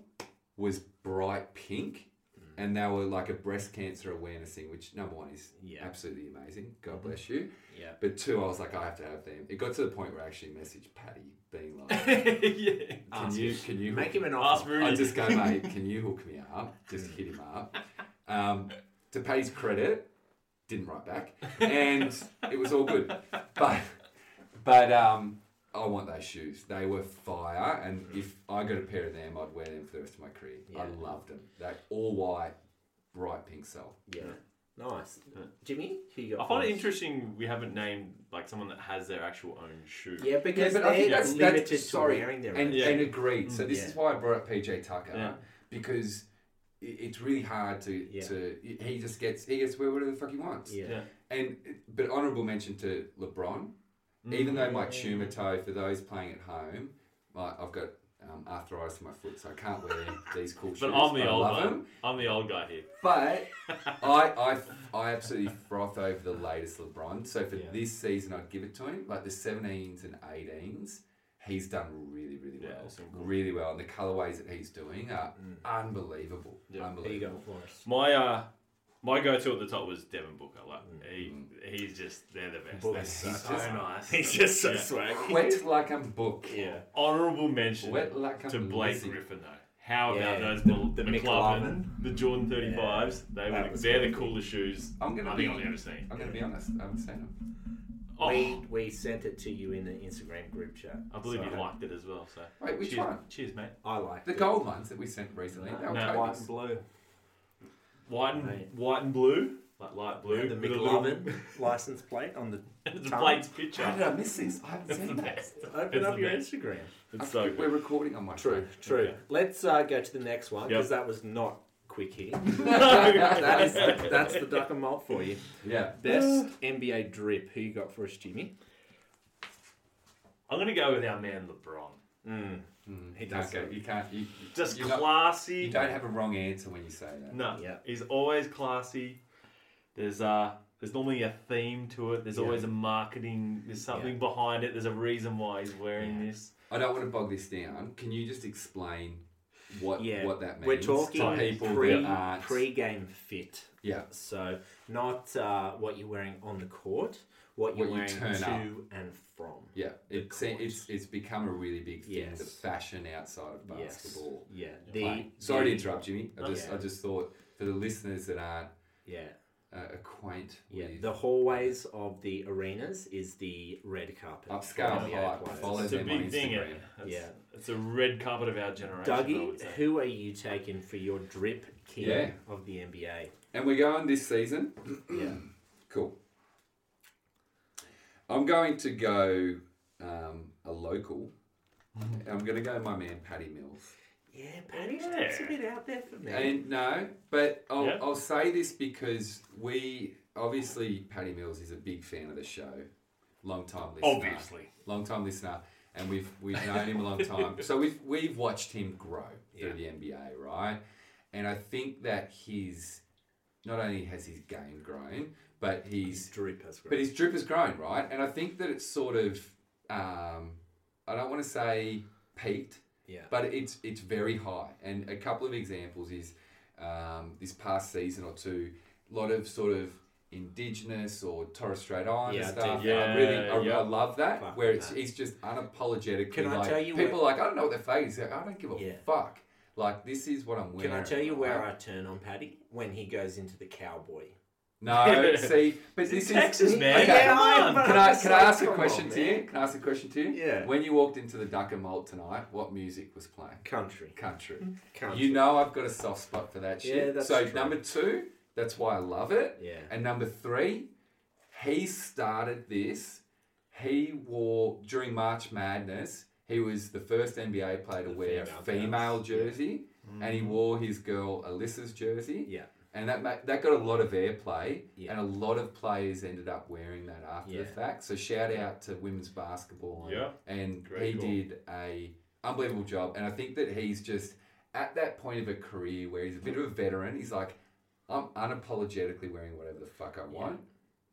A: was bright pink,
B: Mm.
A: and they were like a breast cancer awareness thing. Which number one is
B: Yeah. Mm-hmm.
A: absolutely amazing. God bless you.
B: Yeah.
A: But two, I was like, I have to have them. It got to the point where I actually messaged Patty, being like.
C: yeah.
A: Can you, can you
B: Make him an
C: Ask
B: offer.
C: Rudy.
A: I just go, mate, can you hook me up? Just hit him up. Um, to pay his credit, didn't write back, and it was all good. But but um, I want those shoes. They were fire, and if I got a pair of them, I'd wear them for the rest of my career. I
B: Yeah.
A: loved them. They all white, bright pink sole.
B: Yeah. Nice. Jimmy, who you got?
C: I find it
B: first?
C: interesting we haven't named like someone that has their actual own shoe.
B: Yeah, because
A: Yeah, but I think
B: they're
A: that's- that's-
B: limited
A: sorry,
B: to wearing their
A: and,
B: own.
C: Yeah.
A: and agreed. So this
B: yeah.
A: is why I brought up PJ Tucker
C: Yeah.
A: because i- it's really hard to
B: Yeah.
A: to he just gets he gets to wear whatever the fuck he wants.
B: Yeah.
C: Yeah.
A: And but honourable mention to LeBron, even though
B: Mm.
A: my tumor toe for those playing at home, my, I've got um, arthritis in my foot, so I can't wear these cool shoes.
C: But I'm the
A: I
C: old
A: love
C: guy.
A: them.
C: I'm the old guy here.
A: But I, I, I absolutely froth over the latest LeBron. So for
B: Yeah.
A: this season, I'd give it to him. Like the 17s and 18s, he's done really, really
C: Yeah,
A: well.
C: it's been cool.
A: really well. And the colorways that he's doing are unbelievable.
C: Yeah.
B: There you
A: Unbelievable.
B: go, Flores.
C: My uh, my go-to at the top was Devin Booker. Like he, he's just they're the best.
B: Mm. Booker,
C: They're so,
B: he's
C: so
B: just-
C: nice.
B: He's just so
C: Yeah.
B: swaggy.
A: Wet like a book.
B: Yeah.
C: Honorable mention
A: Wet like a
C: to Blake
A: lizard.
C: Griffin though. How about
B: Yeah,
C: those
B: the-
C: Mc-
B: the
C: McLovin, the Jordan 35s? They
B: That
C: were,
B: was
C: they're the
B: crazy.
C: coolest shoes
A: I'm gonna
C: I
A: be-
C: think I've ever seen.
A: I'm going to be honest. I haven't seen him.
C: Oh,
B: We, we sent it to you in the Instagram group chat.
C: I believe you
B: So,
C: liked it as well. So
A: Wait, which
C: cheers,
A: one?
C: Cheers, mate.
B: I like
A: The gold ones that we sent recently. they were
C: No,
A: Kobe's.
B: blue.
C: White and
B: Mate.
C: white and blue, like light blue.
B: the
C: with a little-
B: McLovin license plate on the.
C: It's
B: tongue.
C: Blake's
A: How did
C: picture.
A: I miss this? I haven't
C: It's the
A: seen that.
C: best.
B: Open
C: It's
B: up
C: the
B: your
C: best.
B: Instagram.
C: It's so
A: We're
C: good.
A: recording on my
B: True,
A: phone.
B: true.
C: Okay.
B: Let's uh, go to the next one because
C: Yep.
B: that was not quick hitting. that is
A: That
B: the, that's the duck and malt for you.
A: is- yeah.
B: Best
A: Uh.
B: NBA drip. Who you got for us, Jimmy?
C: I'm gonna go with our man LeBron.
A: He does go. You can't. You,
C: Just
A: you're not-
C: classy.
A: you don't have a wrong answer when you say that.
C: No,
B: Yeah.
C: he's always classy. There's uh, there's normally a theme to it. There's
B: Yeah.
C: always a marketing. There's something behind it. There's a reason why he's wearing
B: Yeah.
C: this.
A: I don't want to bog this down. Can you just explain what
B: Yeah,
A: what that means?
B: We're talking
A: to people
B: pre
A: that aren't.
B: pre-game fit.
A: yeah,
B: So not uh, what you're wearing on the court, what you're
A: What you
B: wearing
A: turn
B: to
A: up.
B: and from.
A: yeah. It's it's it's become a really big thing.
B: Yes.
A: The fashion outside of basketball.
B: Yes. Yeah.
A: play.
B: The,
A: Sorry to
B: the-
A: interrupt, Jimmy. I
B: No.
A: just I
B: Yeah.
A: just thought for the listeners that aren't
B: Yeah.
A: uh, acquaint
B: Yeah.
A: with
B: The hallways of the arenas is the red carpet.
A: upscale
B: Yeah.
A: hype,
B: players.
A: follow
C: It's a
A: them on
C: big thing.
A: Instagram.
C: It, it's,
B: Yeah.
C: it's a red carpet of our generation. I would
B: Dougie,
C: say.
B: who are you taking for your drip king
A: Yeah.
B: of the NBA?
A: And we're going this season.
B: Yeah.
A: Cool. I'm going to go
B: Mm-hmm.
A: um, a local. I'm going to go my man Paddy Mills.
B: Yeah, Patty
C: Yeah.
B: It's a bit out there for me.
A: And no, but I'll,
C: Yeah.
A: I'll say this because we obviously Paddy Mills is a big fan of the show, long time listener,
C: Obviously.
A: long time listener, and we've we've known him a long time. So we've we've watched him grow through the NBA, right? And I think that his not only has his game grown, but he's
B: Droop has
A: but his drip has grown, right? And I think that it's sort of um, I don't want to say peaked,
B: Yeah.
A: but it's it's very high. And a couple of examples is um, this past season or two, a lot of sort of indigenous or Torres Strait Islander
B: Yeah, I
A: stuff.
C: did.
A: I really I,
C: Yeah, yeah.
A: I love that
B: Fuck
A: where it's
B: that.
A: it's just unapologetically
B: Can I
A: like,
B: tell you
A: people are like I don't know what their flag is. Like, I don't give a
B: Yeah.
A: fuck. Like this is what I'm wearing.
B: Can I tell you
A: right?
B: where I turn on Paddy? When he goes into the cowboy.
A: No, see, but this
C: It's
A: is
C: in Texas, man.
A: Okay.
C: Come on.
B: but
A: Can
B: I'm
A: I,
B: just
A: can I
B: like,
A: ask a
B: come
A: question
B: on,
A: to
B: man.
A: you? Can I ask a question to you?
B: Yeah.
A: When you walked into the Duck and Malt tonight, what music was playing?
B: Country.
A: Country.
B: Country.
A: You know I've got a soft spot for that shit.
B: Yeah, that's
A: so
B: true.
A: number two, that's why I love it.
B: Yeah.
A: And number three, he started this. He wore during March Madness. He was the first NBA player to
B: The
A: wear
B: female
A: a female
B: players, yeah. Mm-hmm.
A: jersey, and he wore his girl Alyssa's jersey.
B: Yeah.
A: And that ma- that got a lot of airplay,
B: Yeah.
A: and a lot of players ended up wearing that after the
B: Yeah.
A: fact. So shout out to women's basketball, and,
C: Yeah.
A: and
C: Great
A: he
C: call.
A: did a unbelievable job. And I think that he's just at that point of a career where he's a bit of a veteran. He's like, I'm unapologetically wearing whatever the fuck I want,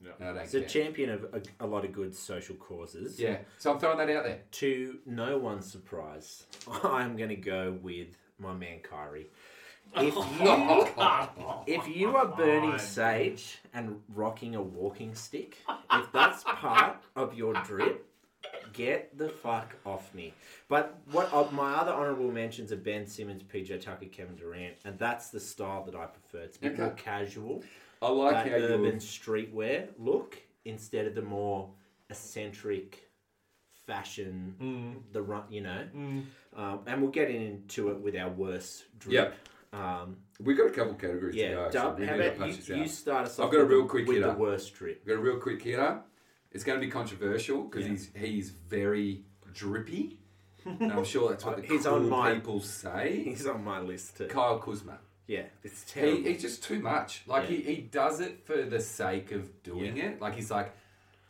C: Yeah.
A: and I don't
B: He's a
A: care.
B: champion of a, a lot of good social causes.
A: yeah, so I'm throwing that out there.
B: To no one's surprise, I'm going to go with my man Kyrie. If you, if you are burning sage and rocking a walking stick, if that's part of your drip, get the fuck off me. But what uh, my other honourable mentions are Ben Simmons, PJ Tucker, Kevin Durant, and that's the style that I prefer. It's a bit more
A: Okay.
B: casual,
A: I like
B: that
A: how you
B: urban streetwear look instead of the more eccentric fashion.
A: Mm.
B: The run, you know, um, and we'll get into it with our worst drip.
A: Yep.
B: Um,
A: We've got a couple categories to
B: yeah,
A: go.
B: Dub,
A: we
B: how
A: need to
B: about
A: punch this
B: you,
A: out.
B: you start us
A: I've
B: off
A: got a
B: with
A: real
B: the-
A: quick
B: with the
A: hitter.
B: worst drip.
A: We've got a real quick hitter. It's going to be controversial because
B: Yeah.
A: he's he's very drippy. and I'm sure that's what the
B: He's
A: cool
B: on mine.
A: people say.
B: He's on my list too.
A: Kyle Kuzma.
B: Yeah, it's
A: He,
B: terrible.
A: he's just too much. Like
B: Yeah.
A: he, he does it for the sake of doing it. Like he's like,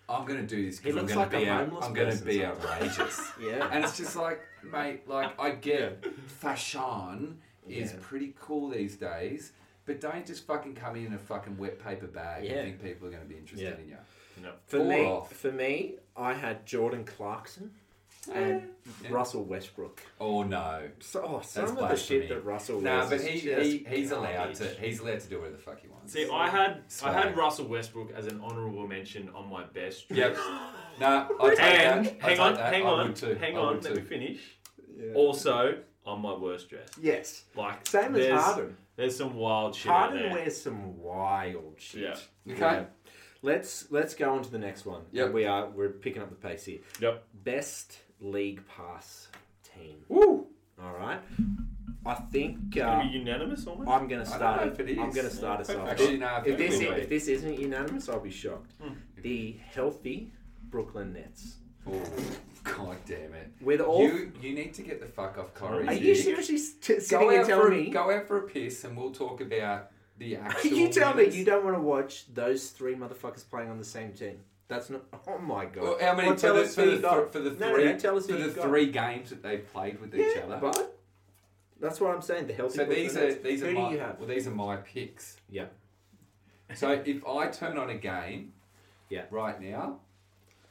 A: I'm going to do this
B: He
A: because I'm
B: looks
A: going
B: like
A: to
B: a
A: be out,
B: homeless
A: I'm going to
B: person
A: be
B: sometimes.
A: outrageous.
B: yeah,
A: and it's just like, mate, like I get fashion is
B: Yeah.
A: pretty cool these days, but don't just fucking come in in a fucking wet paper bag
B: Yeah.
A: and think people are going to be interested
B: Yeah.
A: in you.
C: No.
B: for me,
A: Fall off.
B: for me, I had Jordan Clarkson and
A: Yeah.
B: Russell Westbrook.
A: Oh no.
B: So, oh,
A: That's
B: some of the
A: blasphemy.
B: shit that Russell
A: Nah,
B: wears
A: but
B: is
A: he,
B: just
A: he he's allowed
B: garbage.
A: to he's allowed to do whatever the fuck he wants.
C: See, I had I
A: Swag.
C: had Russell Westbrook as an honourable mention on my best. drip.
A: Yep. Nah, I take that.
C: And
A: I
C: hang
A: take
C: on,
A: that.
C: hang
A: I
C: on,
A: would too.
C: hang
A: I
C: on.
A: would
C: Let
A: too.
C: me finish.
B: Yeah.
C: Also, on my worst dress.
B: yes,
C: Like
B: same as
C: there's-
B: Harden.
C: There's some wild shit out
B: Harden
C: there.
B: wears some wild shit.
C: Yeah.
A: Okay.
B: Yeah. Let's let's go on to the next one.
A: Yep.
B: We are we're picking up the pace here.
C: Yep.
B: Best league pass team.
A: Woo.
B: All right. I think
C: Are
B: uh,
C: we unanimous almost?
B: I'm going to
A: I don't
B: start.
A: know if it
B: I'm
A: is.
B: going to start us off.
A: Actually, Hmm. no. I
B: If
A: think
B: this
A: we'll
B: if
A: wait.
B: this isn't unanimous, I'll be shocked. The healthy Brooklyn Nets.
A: Oh, God damn it.
B: With all,
A: You you need to get the fuck off Corey.
B: are
A: Dick.
B: you seriously st- sitting
A: go
B: here
A: out for
B: telling
A: a,
B: me?
A: go out for a piss and we'll talk about the actual
B: you tell me
A: winners.
B: you don't want to watch those three motherfuckers playing on the same team? That's not. Oh my god.
A: Well, how many
B: Well,
A: for,
B: tell
A: the,
B: us
A: for,
B: who
A: the,
B: you got.
A: for, for the
B: No, no,
A: three
B: no, tell us
A: for
B: who
A: the
B: you got.
A: three games that they played with each other?
B: But that's what I'm saying. The healthy.
A: so these are
B: Brooklyn Nets.
A: these
B: Who
A: are
B: do
A: my
B: you have?
A: well these are my picks.
B: Yeah.
A: So if I turn on a game,
B: Yeah.
A: right now,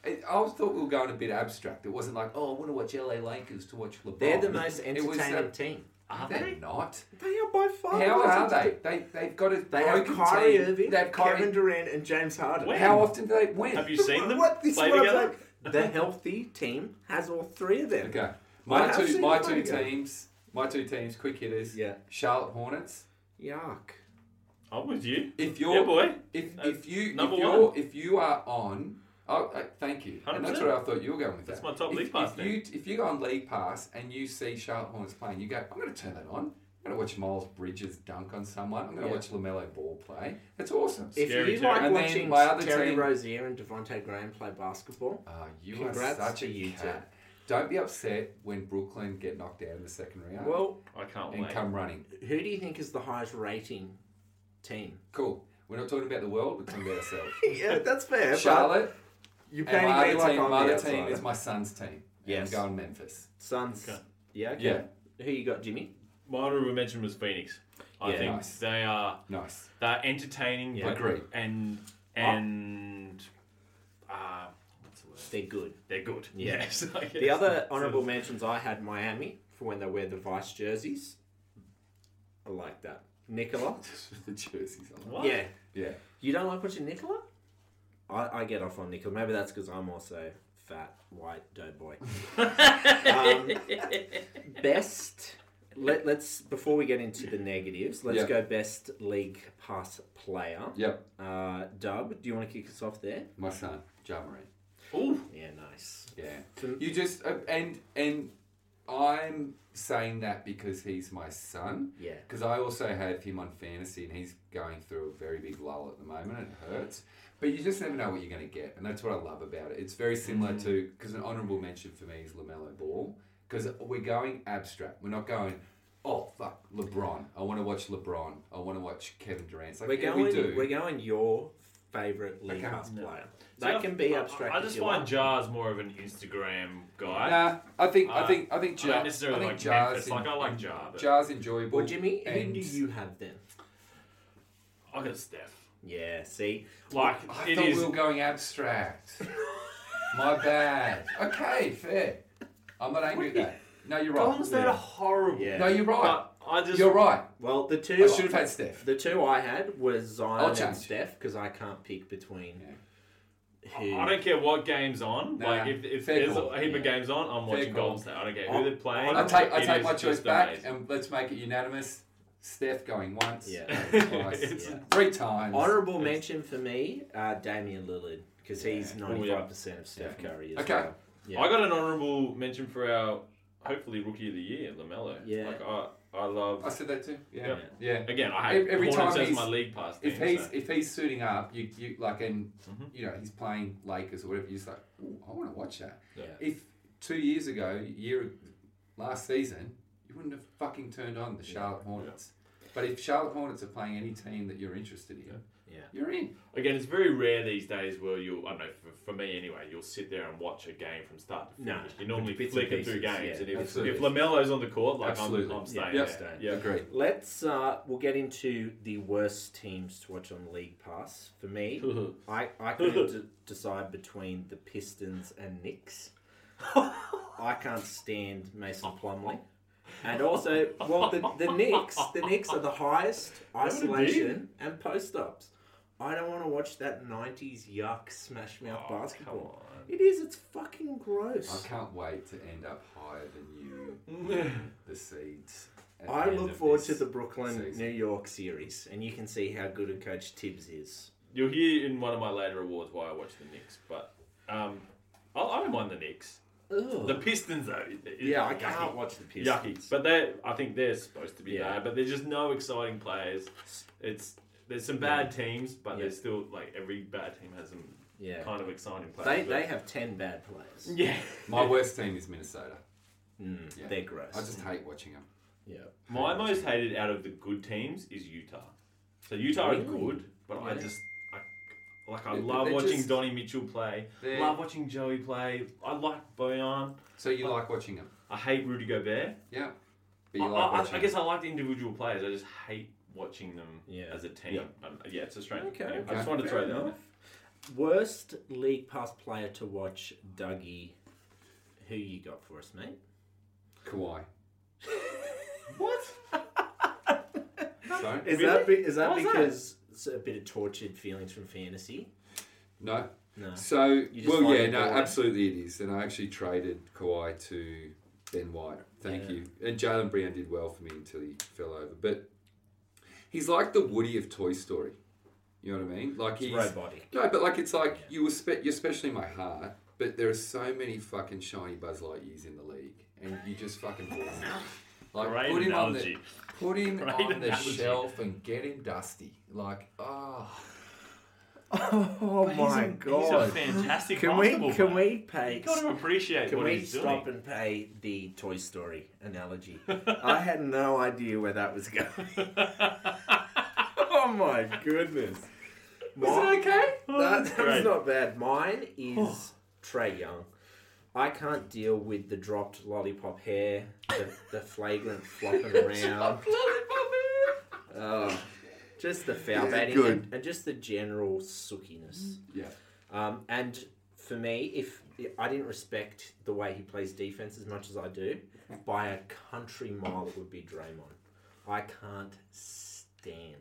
A: it, I was thought we were going a bit abstract. It wasn't like, oh, I want to watch LA Lakers to watch LeBron.
B: They're the most
A: It was,
B: entertaining
A: uh,
B: team.
C: Are
A: they're
C: they?
A: not.
B: They are by far. the
A: How
B: most
A: are
B: entertaining-
A: they? they? They've got a
B: They have
A: broken
B: Kyrie
A: team.
B: Irving,
A: They have Kyrie.
B: Kevin Durant, and James Harden.
C: When?
A: How often do they win?
C: Have you seen them
B: What this
C: play
B: what I'm
C: together?
B: saying, The healthy team has all three of them.
A: Okay, my
B: I have
A: two
B: seen
A: my
B: them
A: two
B: play together.
A: teams. My two teams, quick hitters.
B: Yeah.
A: Charlotte Hornets.
B: Yuck.
C: I'm with you.
A: If
C: Yeah,
A: you're
C: boy.
A: if
C: Uh,
A: if you if
C: number
A: you're
C: one.
A: if you are on, oh, uh, thank you. And that's
C: 100%.
A: what I thought you were going with.
C: That's
A: that.
C: my top
A: if,
C: league pass
A: If
C: then.
A: you if you go on league pass and you see Charlotte Hornets playing, you go, I'm going to turn that on. I'm going to watch Miles Bridges dunk on someone. I'm going to
B: Yeah.
A: watch Lamelo Ball play. That's awesome.
B: If
C: Scary
B: you
C: team.
B: like
A: And then
B: watching
A: my other
B: Terry
A: team-
B: Rozier and Devontae Graham play basketball,
A: Ah, you
B: Congrats
A: are such a
B: to you
A: cat. Don't be upset when Brooklyn get knocked out in the second round
B: Well,
C: I can't
A: and
C: wait.
A: come running.
B: who do you think is the highest rating team?
A: Cool. We're not talking about the world. We're talking about ourselves.
B: yeah, that's fair.
A: Charlotte
B: you're
A: and my other team. My other team
B: outsider.
A: is my son's team.
B: Yes.
A: And I'm going Memphis.
B: Suns.
C: Okay.
B: Yeah. Okay.
A: Yeah.
B: Who you got, Jimmy?
C: My honorable mention was Phoenix. I
B: Yeah.
C: think
A: Nice.
C: they are
A: Nice.
C: they're entertaining.
B: Yeah.
C: but-
A: Agree.
C: And and uh, what's the word?
B: They're good.
C: They're good.
B: Yeah.
C: Yes. I guess.
B: The other honourable mentions I had Miami for when they wear the vice jerseys. I like that. Nicola.
A: the jerseys on.
C: What?
B: Yeah.
A: Yeah.
B: You don't like watching Nicola? I, I get off on Nicola. Maybe that's because I'm also fat, white, dough boy. um, best. Let, let's before we get into the negatives, let's
A: Yeah.
B: go best league pass player.
A: Yep.
B: Uh, Dub, do you want to kick us off there?
A: My son, John Marie.
C: Ooh.
B: Yeah, nice.
A: Yeah.
B: So-
A: You just uh, and and I'm saying that because he's my son.
B: Yeah.
A: Because I also have him on fantasy, and he's going through a very big lull at the moment. It hurts, but you just never know what you're going to get, and that's what I love about it. It's very similar
B: Mm-hmm.
A: to because an honourable mention for me is Lamelo Ball because we're going abstract. We're not going. Oh fuck, LeBron! I want to watch LeBron. I want to watch Kevin Durant. It's like
B: We're
A: yeah,
B: going.
A: we
B: We
A: do.
B: are going your favorite league
A: Okay.
B: pass
C: No.
B: player.
C: So
B: that
C: I-
B: can be
C: I-
B: abstract.
C: I,
B: if
C: just
B: you
C: find
B: like.
C: Jars more of an Instagram guy.
A: Nah, I think I
C: Uh,
A: think I think
C: I
A: Jar.
C: don't necessarily
A: think
C: like
A: Jar's
C: Memphis.
A: en-
C: Like I like Jar, but
A: Jar's enjoyable.
B: Well, Jimmy, who
A: and
B: do you have then?
C: I got Steph.
B: Yeah. See.
C: Like
A: I
C: it
A: thought
C: is.
A: we were going abstract. My bad. Okay, fair. I'm not angry at that. No, you're right.
C: Columns that are horrible.
B: Yeah.
A: No, you're right.
C: But I just
A: You're right.
B: Well, the two
A: I should have had Steph.
B: the two I had was
A: I'll
B: Zion and
A: change.
B: Steph because I can't pick between. Who,
C: I don't care what game's on.
A: Nah,
C: like if, if
A: fair
C: there's
A: call.
C: a heap of
B: Yeah.
C: games on, I'm
A: Fair
C: watching
A: call.
C: Golden State. I don't care
B: I-
C: who they're playing.
A: I take I
C: It
A: take
C: is
A: my choice
C: just
A: back
C: amazing.
A: and let's make it unanimous. Steph going once,
B: Yeah.
A: going twice,
B: It's-
A: three times.
B: Honorable mention for me, uh, Damian Lillard, because he's
A: Yeah.
B: ninety five percent of Steph
A: Yeah.
B: Curry. As
A: Okay.
B: well. Yeah.
C: I got an honourable mention for our hopefully rookie of the year, Lamelo.
B: Yeah.
C: Like I, I
A: I
C: love.
A: said that too. Yeah,
C: Yeah.
A: yeah.
C: Again, I hate
A: Ev- every
C: Hornets
A: time
C: as
A: he's-
C: my league pass.
A: If
C: thing,
A: he's
C: so-
A: if he's suiting up, you you like and
C: Mhm.
A: you know he's playing Lakers or whatever. You're just like, Ooh, I want to watch that.
B: Yeah.
A: If two years ago, year last season, you wouldn't have fucking turned on the Charlotte Hornets. But if Charlotte Hornets are playing any team that you're interested in,
B: Yeah.
A: you're in.
C: again, it's very rare these days where you'll I don't know for, for me anyway. You'll sit there and watch a game from start to
B: No.
C: finish. you normally
B: Bits and
C: flicking
B: pieces,
C: through games,
B: yeah.
C: and if,
A: Absolutely.
C: if Lamelo's on the court, like I'm,
A: Absolutely.
C: I'm staying
A: Yeah.
C: there.
B: Staying.
C: Yeah.
A: Agreed.
B: Let's uh, we'll get into the worst teams to watch on League Pass. For me, I, I couldn't d- decide between the Pistons and Knicks. I can't stand Mason Plumley. And also, well, the, the Knicks, the Knicks are the highest
C: would it be?
B: isolation and post ups. I don't want to watch that '90s yuck smash mouth
C: Oh,
B: basketball. It is. It's fucking gross.
A: I can't wait to end up higher than you,
C: come on.
A: the seeds. at
B: I
A: the end
B: look
A: of
B: forward
A: this
B: to the Brooklyn
A: season.
B: New York series, and you can see how good a coach Tibbs is.
C: You'll hear in one of my later awards why I watch the Knicks, but um, I, I don't mind the Knicks.
B: Ugh.
C: The Pistons though. it- it-
B: yeah, I
C: yucky.
B: can't watch the Pistons.
C: Yucky. But they, I think they're supposed to be
B: Yeah.
C: bad, but there's just no exciting players. It's there's some bad teams, but there's still like every bad team has some
B: Yeah.
C: kind of exciting
B: They,
C: players.
B: they have 10 bad players.
C: but- yeah.
A: My worst team is Minnesota.
B: Mm,
A: Yeah.
B: They're gross.
A: I just hate watching them.
B: yeah.
C: My most hated out of the good teams is Utah. So Utah are
B: Really?
C: good, but I
B: Yeah.
C: just I, like I
A: They-
C: love
A: they
C: watching
A: just-
C: Donnie Mitchell play.
A: They-
C: Love watching Joey play. I like Bojan.
A: So you like watching them?
C: I hate Rudy Gobert.
A: Yeah. But
C: I,
A: you like
C: I- I-
A: watching
C: I guess I like the individual players. I just hate watching them
B: Yeah.
C: as a team.
B: Yeah.
C: I don't know. Yeah, it's a strange.
B: Okay,
C: yeah.
B: okay.
C: I just wanted to
B: Fair
C: throw that. out
B: enough. Worst league pass player to watch, Dougie. Who you got for us, mate?
A: Kawhi.
B: What?
A: So?
B: Is
C: Really?
B: that be, is that
C: Why is that?
B: because it's a bit of tortured feelings from fantasy?
A: No.
B: No.
A: So,
B: just
A: well,
B: find
A: yeah,
B: it
A: no,
B: boring.
A: absolutely it is. And I actually traded Kawhi to Ben White. Thank
B: Yeah.
A: you. And Jalen Brown did well for me until he fell over. But he's like the Woody of Toy Story. You know what I mean? Like
B: It's
A: he's
B: robotic.
A: no, but like it's like you were spe- you're especially my heart. But there are so many fucking shiny Buzz Lightyears in the league, and you just fucking bore me. Like
C: Great
A: put him
C: analogy.
A: on the put him
C: Great
A: on the
C: analogy.
A: ah. shelf and get him dusty. Like oh,
B: Oh
C: But he's
B: my
C: a-
B: god!
C: He's a fantastic
B: can we
C: basketball
B: can
C: player.
B: we
C: You
B: pay?
C: got to appreciate
B: Can
C: what
B: we
C: he's
B: stop
C: doing.
B: and pay the Toy Story analogy? I had no idea where that was going. oh my goodness!
A: Was it okay? Oh.
B: That, that was
C: Great.
B: not bad. Mine is Trey Young. I can't deal with the dropped lollipop hair, the, the flagrant flopping around, uh, just the foul
A: Yeah,
B: batting,
A: good.
B: and, and just the general sookiness.
A: Yeah.
B: Um, and for me, if I didn't respect the way he plays defense as much as I do, by a country mile it would be Draymond. I can't stand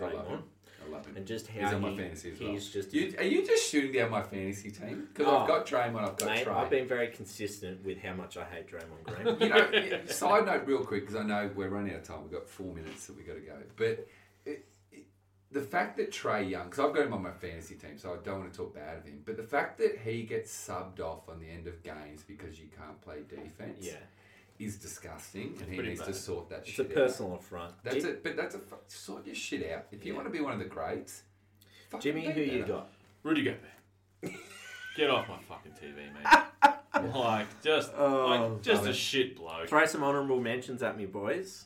A: I love
B: Draymon
A: him. I love him.
B: and just how
A: He's on
B: he,
A: my fantasy as well.
B: he's just
A: You, are you just shooting down my fantasy team? Because
B: Oh.
A: I've got Draymond, I've got
B: Mate,
A: Trey.
B: I've been very consistent with how much I hate Draymond Green.
A: you know, yeah, side note, real quick, because I know we're running out of time. We've got four minutes that we got to go. But it, it, the fact that Trey Young, because I've got him on my fantasy team, so I don't want to talk bad of him. But the fact that he gets subbed off on the end of games because you can't play defense
B: yeah,
A: is disgusting, and he
C: pretty
A: needs to
C: bad.
A: sort that
B: it's a
A: shit
B: personal affront.
A: out. That's
B: Ji-
A: it. But that's a fu- sort your shit out. If you
B: Yeah.
A: want to be one of the greats, fucking
B: Jimmy,
A: be
B: who you
A: better.
B: got?
C: Rudy Gobert. Get off my fucking TV, mate. like just
B: Oh,
C: like just
B: darling.
C: a shit bloke.
B: Throw some honourable mentions at me, boys.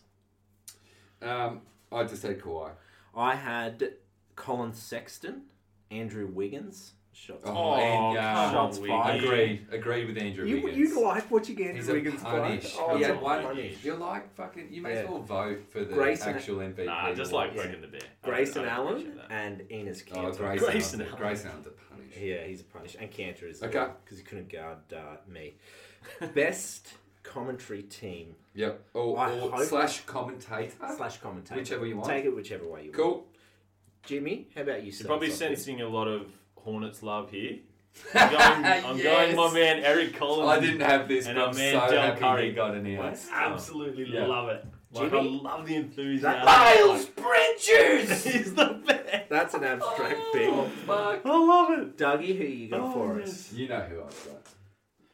A: Um, I just said Kawhi.
B: I had Colin Sexton, Andrew Wiggins. Shots
A: Oh,
C: Oh,
A: and, uh,
C: come
B: shots
C: on,
B: fired.
C: Wiggy.
A: Agree, agree with Andrew
B: You,
A: Wiggins.
B: you like what you get
A: He's
B: in Wiggins
A: a
B: play?
A: punish.
B: Oh,
A: he
B: it's
A: had
B: a
A: one.
B: punish.
A: You're like fucking. You may as
B: Yeah.
A: well vote for the
B: Grayson-
A: actual MVP.
C: Nah, just like
B: Yeah.
C: breaking the bear. I don't-
B: Grayson
C: I don't
B: Allen
C: appreciate that.
B: and Enos Cantor.
A: oh, Grayson.
C: Grayson
A: Grayson,
C: Allen.
A: Grayson Allen to punish.
B: Yeah, he's a punish. And Cantor is
A: Okay.
B: because he couldn't guard uh, me. Best commentary team
A: Yep. Or,
B: I
A: or
B: hope-
A: slash commentator.
B: slash commentator.
A: Whichever you want.
B: Take it whichever way you want.
A: Cool.
B: Jimmy, how about you?
C: You're
B: start
C: probably
B: us off with?
C: sensing a lot of Hornets love here. I'm going, I'm going my man Eric Collins.
A: I didn't have this,
C: And
A: but
C: our
A: I'm so
C: man Del
A: happy
C: Curry.
A: he got announced.
C: absolutely
A: Yeah.
C: love it. Like, I
B: Jimmy?
C: love the enthusiasm.
A: Miles Bridges.
C: He's the best.
B: That's an abstract
A: oh,
B: pick.
A: fuck.
C: I love it.
B: Dougie, who you got
C: Oh,
B: for
C: man.
B: us?
A: You know who I've got.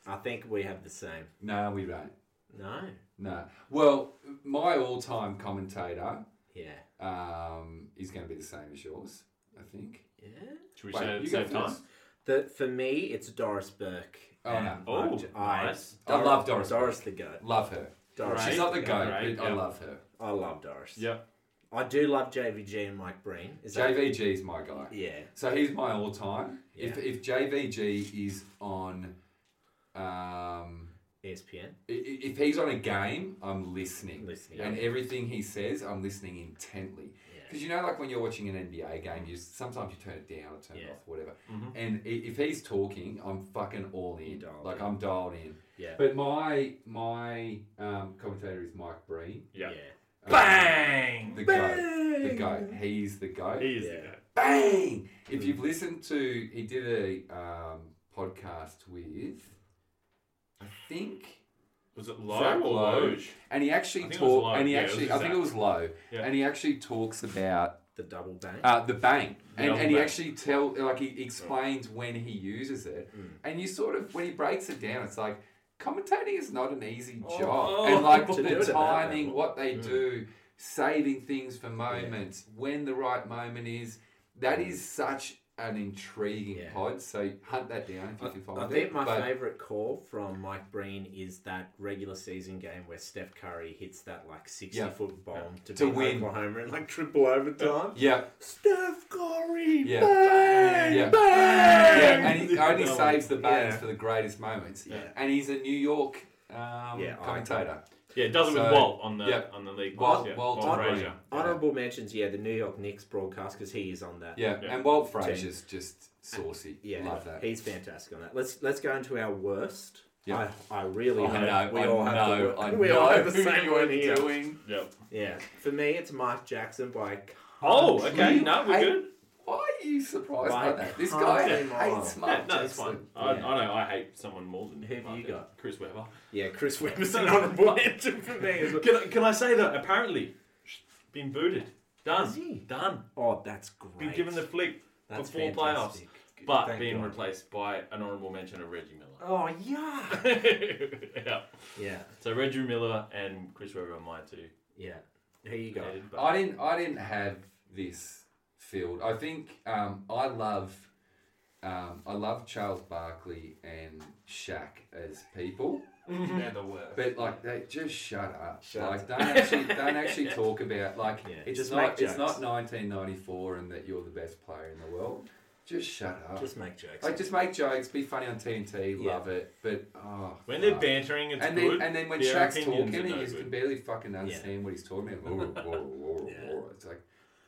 B: I think we have the same.
A: No, we don't.
B: No.
A: No. Well, my all-time commentator
B: Yeah.
A: um, is going to be the same as yours, I think.
B: Yeah.
C: Should we
A: Wait,
C: say it at
A: you
C: the
A: go
C: same time?
A: first.
B: The, for me, it's Doris Burke.
A: Oh, no.
B: and
C: Oh,
B: Mark J- I,
C: nice.
A: I love Doris
B: Doris the goat.
A: Love her.
B: Doris.
A: She's not the
C: Right.
A: goat,
C: Right,
A: but I
C: yeah.
A: love her.
B: I love Doris.
C: Yeah.
B: I do love JVG and Mike Breen. Is that-
A: JVG's my guy.
B: Yeah.
A: So he's my all time. If,
B: Yeah.
A: if JVG is on, um, i-
B: ESPN.
A: i- if he's on a game, I'm listening.
B: Listening.
A: And everything he says, I'm listening intently.
B: Yeah.
A: Because you know, like when you're watching an NBA game, you sometimes you turn it down or turn
B: Yeah.
A: it off, whatever.
C: Mhm.
A: And i- if he's talking, I'm fucking all in.
B: You're dialed
A: Like
B: in.
A: I'm dialed in.
B: Yeah.
A: But my my um, commentator is Mike Breen.
C: Yeah.
A: Um,
C: Bang!
A: The goat.
B: Bang!
A: The goat. He's the goat.
C: He is the
B: Yeah.
C: guy.
A: bang if you've listened to he did a um, podcast with i think
C: Was it low
A: Zach
C: or
A: Lowe.
C: Loge?
A: and he actually
C: I think it was
A: talked
C: Lowe.
A: and he
C: Yeah, it
A: actually
C: was
A: i think it
C: Zach.
A: was low
C: Yeah.
A: and he actually talks about
B: The double bang.
A: uh, the bang
C: The
A: and,
C: double
A: and he
C: bang.
A: actually tell like he explains when he uses it
B: Mm.
A: and you sort of when he breaks it down it's like commentating is not an easy
B: Oh,
A: job
B: oh,
A: and like
B: to do it at
A: the
B: that
A: timing
B: level.
A: what they
B: Mm.
A: do saving things for moments when the right moment is that is such an intriguing
B: Mm. Yeah.
A: pod so hunt that down if you can find
B: I
A: it
B: think my
A: But
B: favourite call from Mike Breen is that regular season game where Steph Curry hits that like sixty
A: Yeah.
B: foot bomb to,
A: To
B: beat
A: win.
B: Oklahoma in like triple overtime.
A: yeah
B: Steph Curry,
A: Yeah.
B: bang,
A: Yeah.
B: bang.
A: yeah and he only
B: That
A: saves the
B: one.
A: bangs
B: Yeah.
A: for the greatest moments
B: Yeah.
A: and he's a new york um,
B: Yeah, I-
A: commentator
C: Yeah, it does it
A: So-
C: with Walt on the
A: yeah.
C: on the league.
A: Walt-
C: pass, yeah.
A: Walt Tyrone.
C: Frazier.
B: Honorable mentions, yeah, the New York Knicks broadcast because he is on that.
A: yeah,
C: Yeah.
A: and walt frazier's just saucy
B: Yeah,
A: love that
B: he's fantastic on that. Let's let's go into our worst.
A: Yeah.
B: Oh, I, I really
A: I know,
B: hope
A: I
B: we all have
A: know,
B: the,
A: I
B: wor- we all
A: know
B: have the
A: who
B: same
A: you
B: one
A: are
B: here.
A: doing.
C: Yep.
B: Yeah, for me it's Mike Jackson by.
C: Oh,
B: country.
C: okay. No, we're
A: I-
C: good.
A: Why are you surprised
B: Why
A: by that? This
B: can't
A: guy
B: they
A: hates
B: not?
A: Mark
C: Yeah, no, it's
A: Jackson.
C: fine. I,
B: Yeah.
C: I know I hate someone more than
B: Who have
C: I
B: you
C: do.
B: got?
C: Chris Webber.
B: Yeah, Chris Webber's an honourable mention for me as well.
C: Can I, can I say that? Apparently, been booted. Done.
B: Is he?
C: Done.
B: Oh, that's great.
C: Been given the flick
B: That's
C: before
B: fantastic.
C: but
B: Thank
C: being
B: God.
C: replaced by an honourable mention of Reggie Miller.
B: Oh yeah.
C: yeah.
B: Yeah,
C: So Reggie Miller and Chris Webber are my two.
B: yeah. Here you go.
C: hated, but-
A: I didn't. I didn't have this field. I think um, I love um, I love Charles Barkley and Shaq as people,
D: They're the worst.
A: but like they just shut up.
D: Shut
A: like don't actually don't actually talk about like
B: Yeah,
A: it's
B: just
A: not
B: make
A: it's
B: jokes.
A: not 1994 and that you're the best player in the world. Just shut up.
B: Just make jokes.
A: like just make jokes, be funny on TNT,
B: Yeah.
A: love it. But oh,
C: When they're
A: fuck.
C: bantering, it's
A: and then,
C: good.
A: and then when
C: Their
A: Shaq's
C: opinions
A: talking,
C: are
A: you
C: no
A: just
C: good.
A: can barely fucking understand what he's talking about.
B: Yeah.
A: It's like,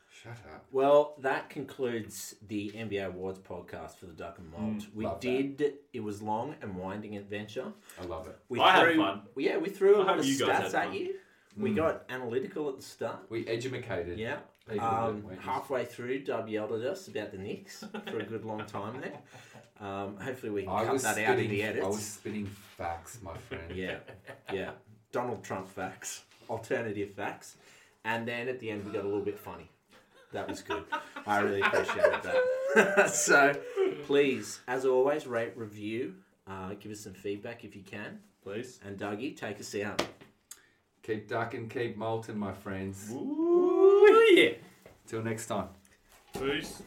A: shut up.
B: Well, that concludes the NBA Awards podcast for the Duck and Malt.
C: Mm.
B: we
A: love that.
B: did it was long and winding adventure.
A: I love it.
B: We
C: I had
B: threw,
C: fun.
B: we- Yeah, we threw a
C: I
B: lot
C: hope
B: of
C: you guys
B: stats
C: had
B: at
C: fun.
B: you. We
A: Hmm.
B: got analytical at the start.
A: We educated.
B: Yeah.
A: People
B: Um,
A: that went-
B: halfway through, Dub yelled at us about the Knicks for a good long time there. Um, hopefully, we can
A: I
B: cut
A: was
B: that
A: spitting.
B: out in the edits.
A: I was spitting facts, my friend.
B: Yeah, yeah. Donald Trump facts, alternative facts, and then at the end we got a little bit funny. That was good. I really appreciated that. so, please, as always, rate, review, uh, give us some feedback if you can,
C: Please.
B: and Dougie, take us out.
A: Keep ducking, keep molting, my friends.
C: Ooh, yeah.
A: Till next time.
C: Peace.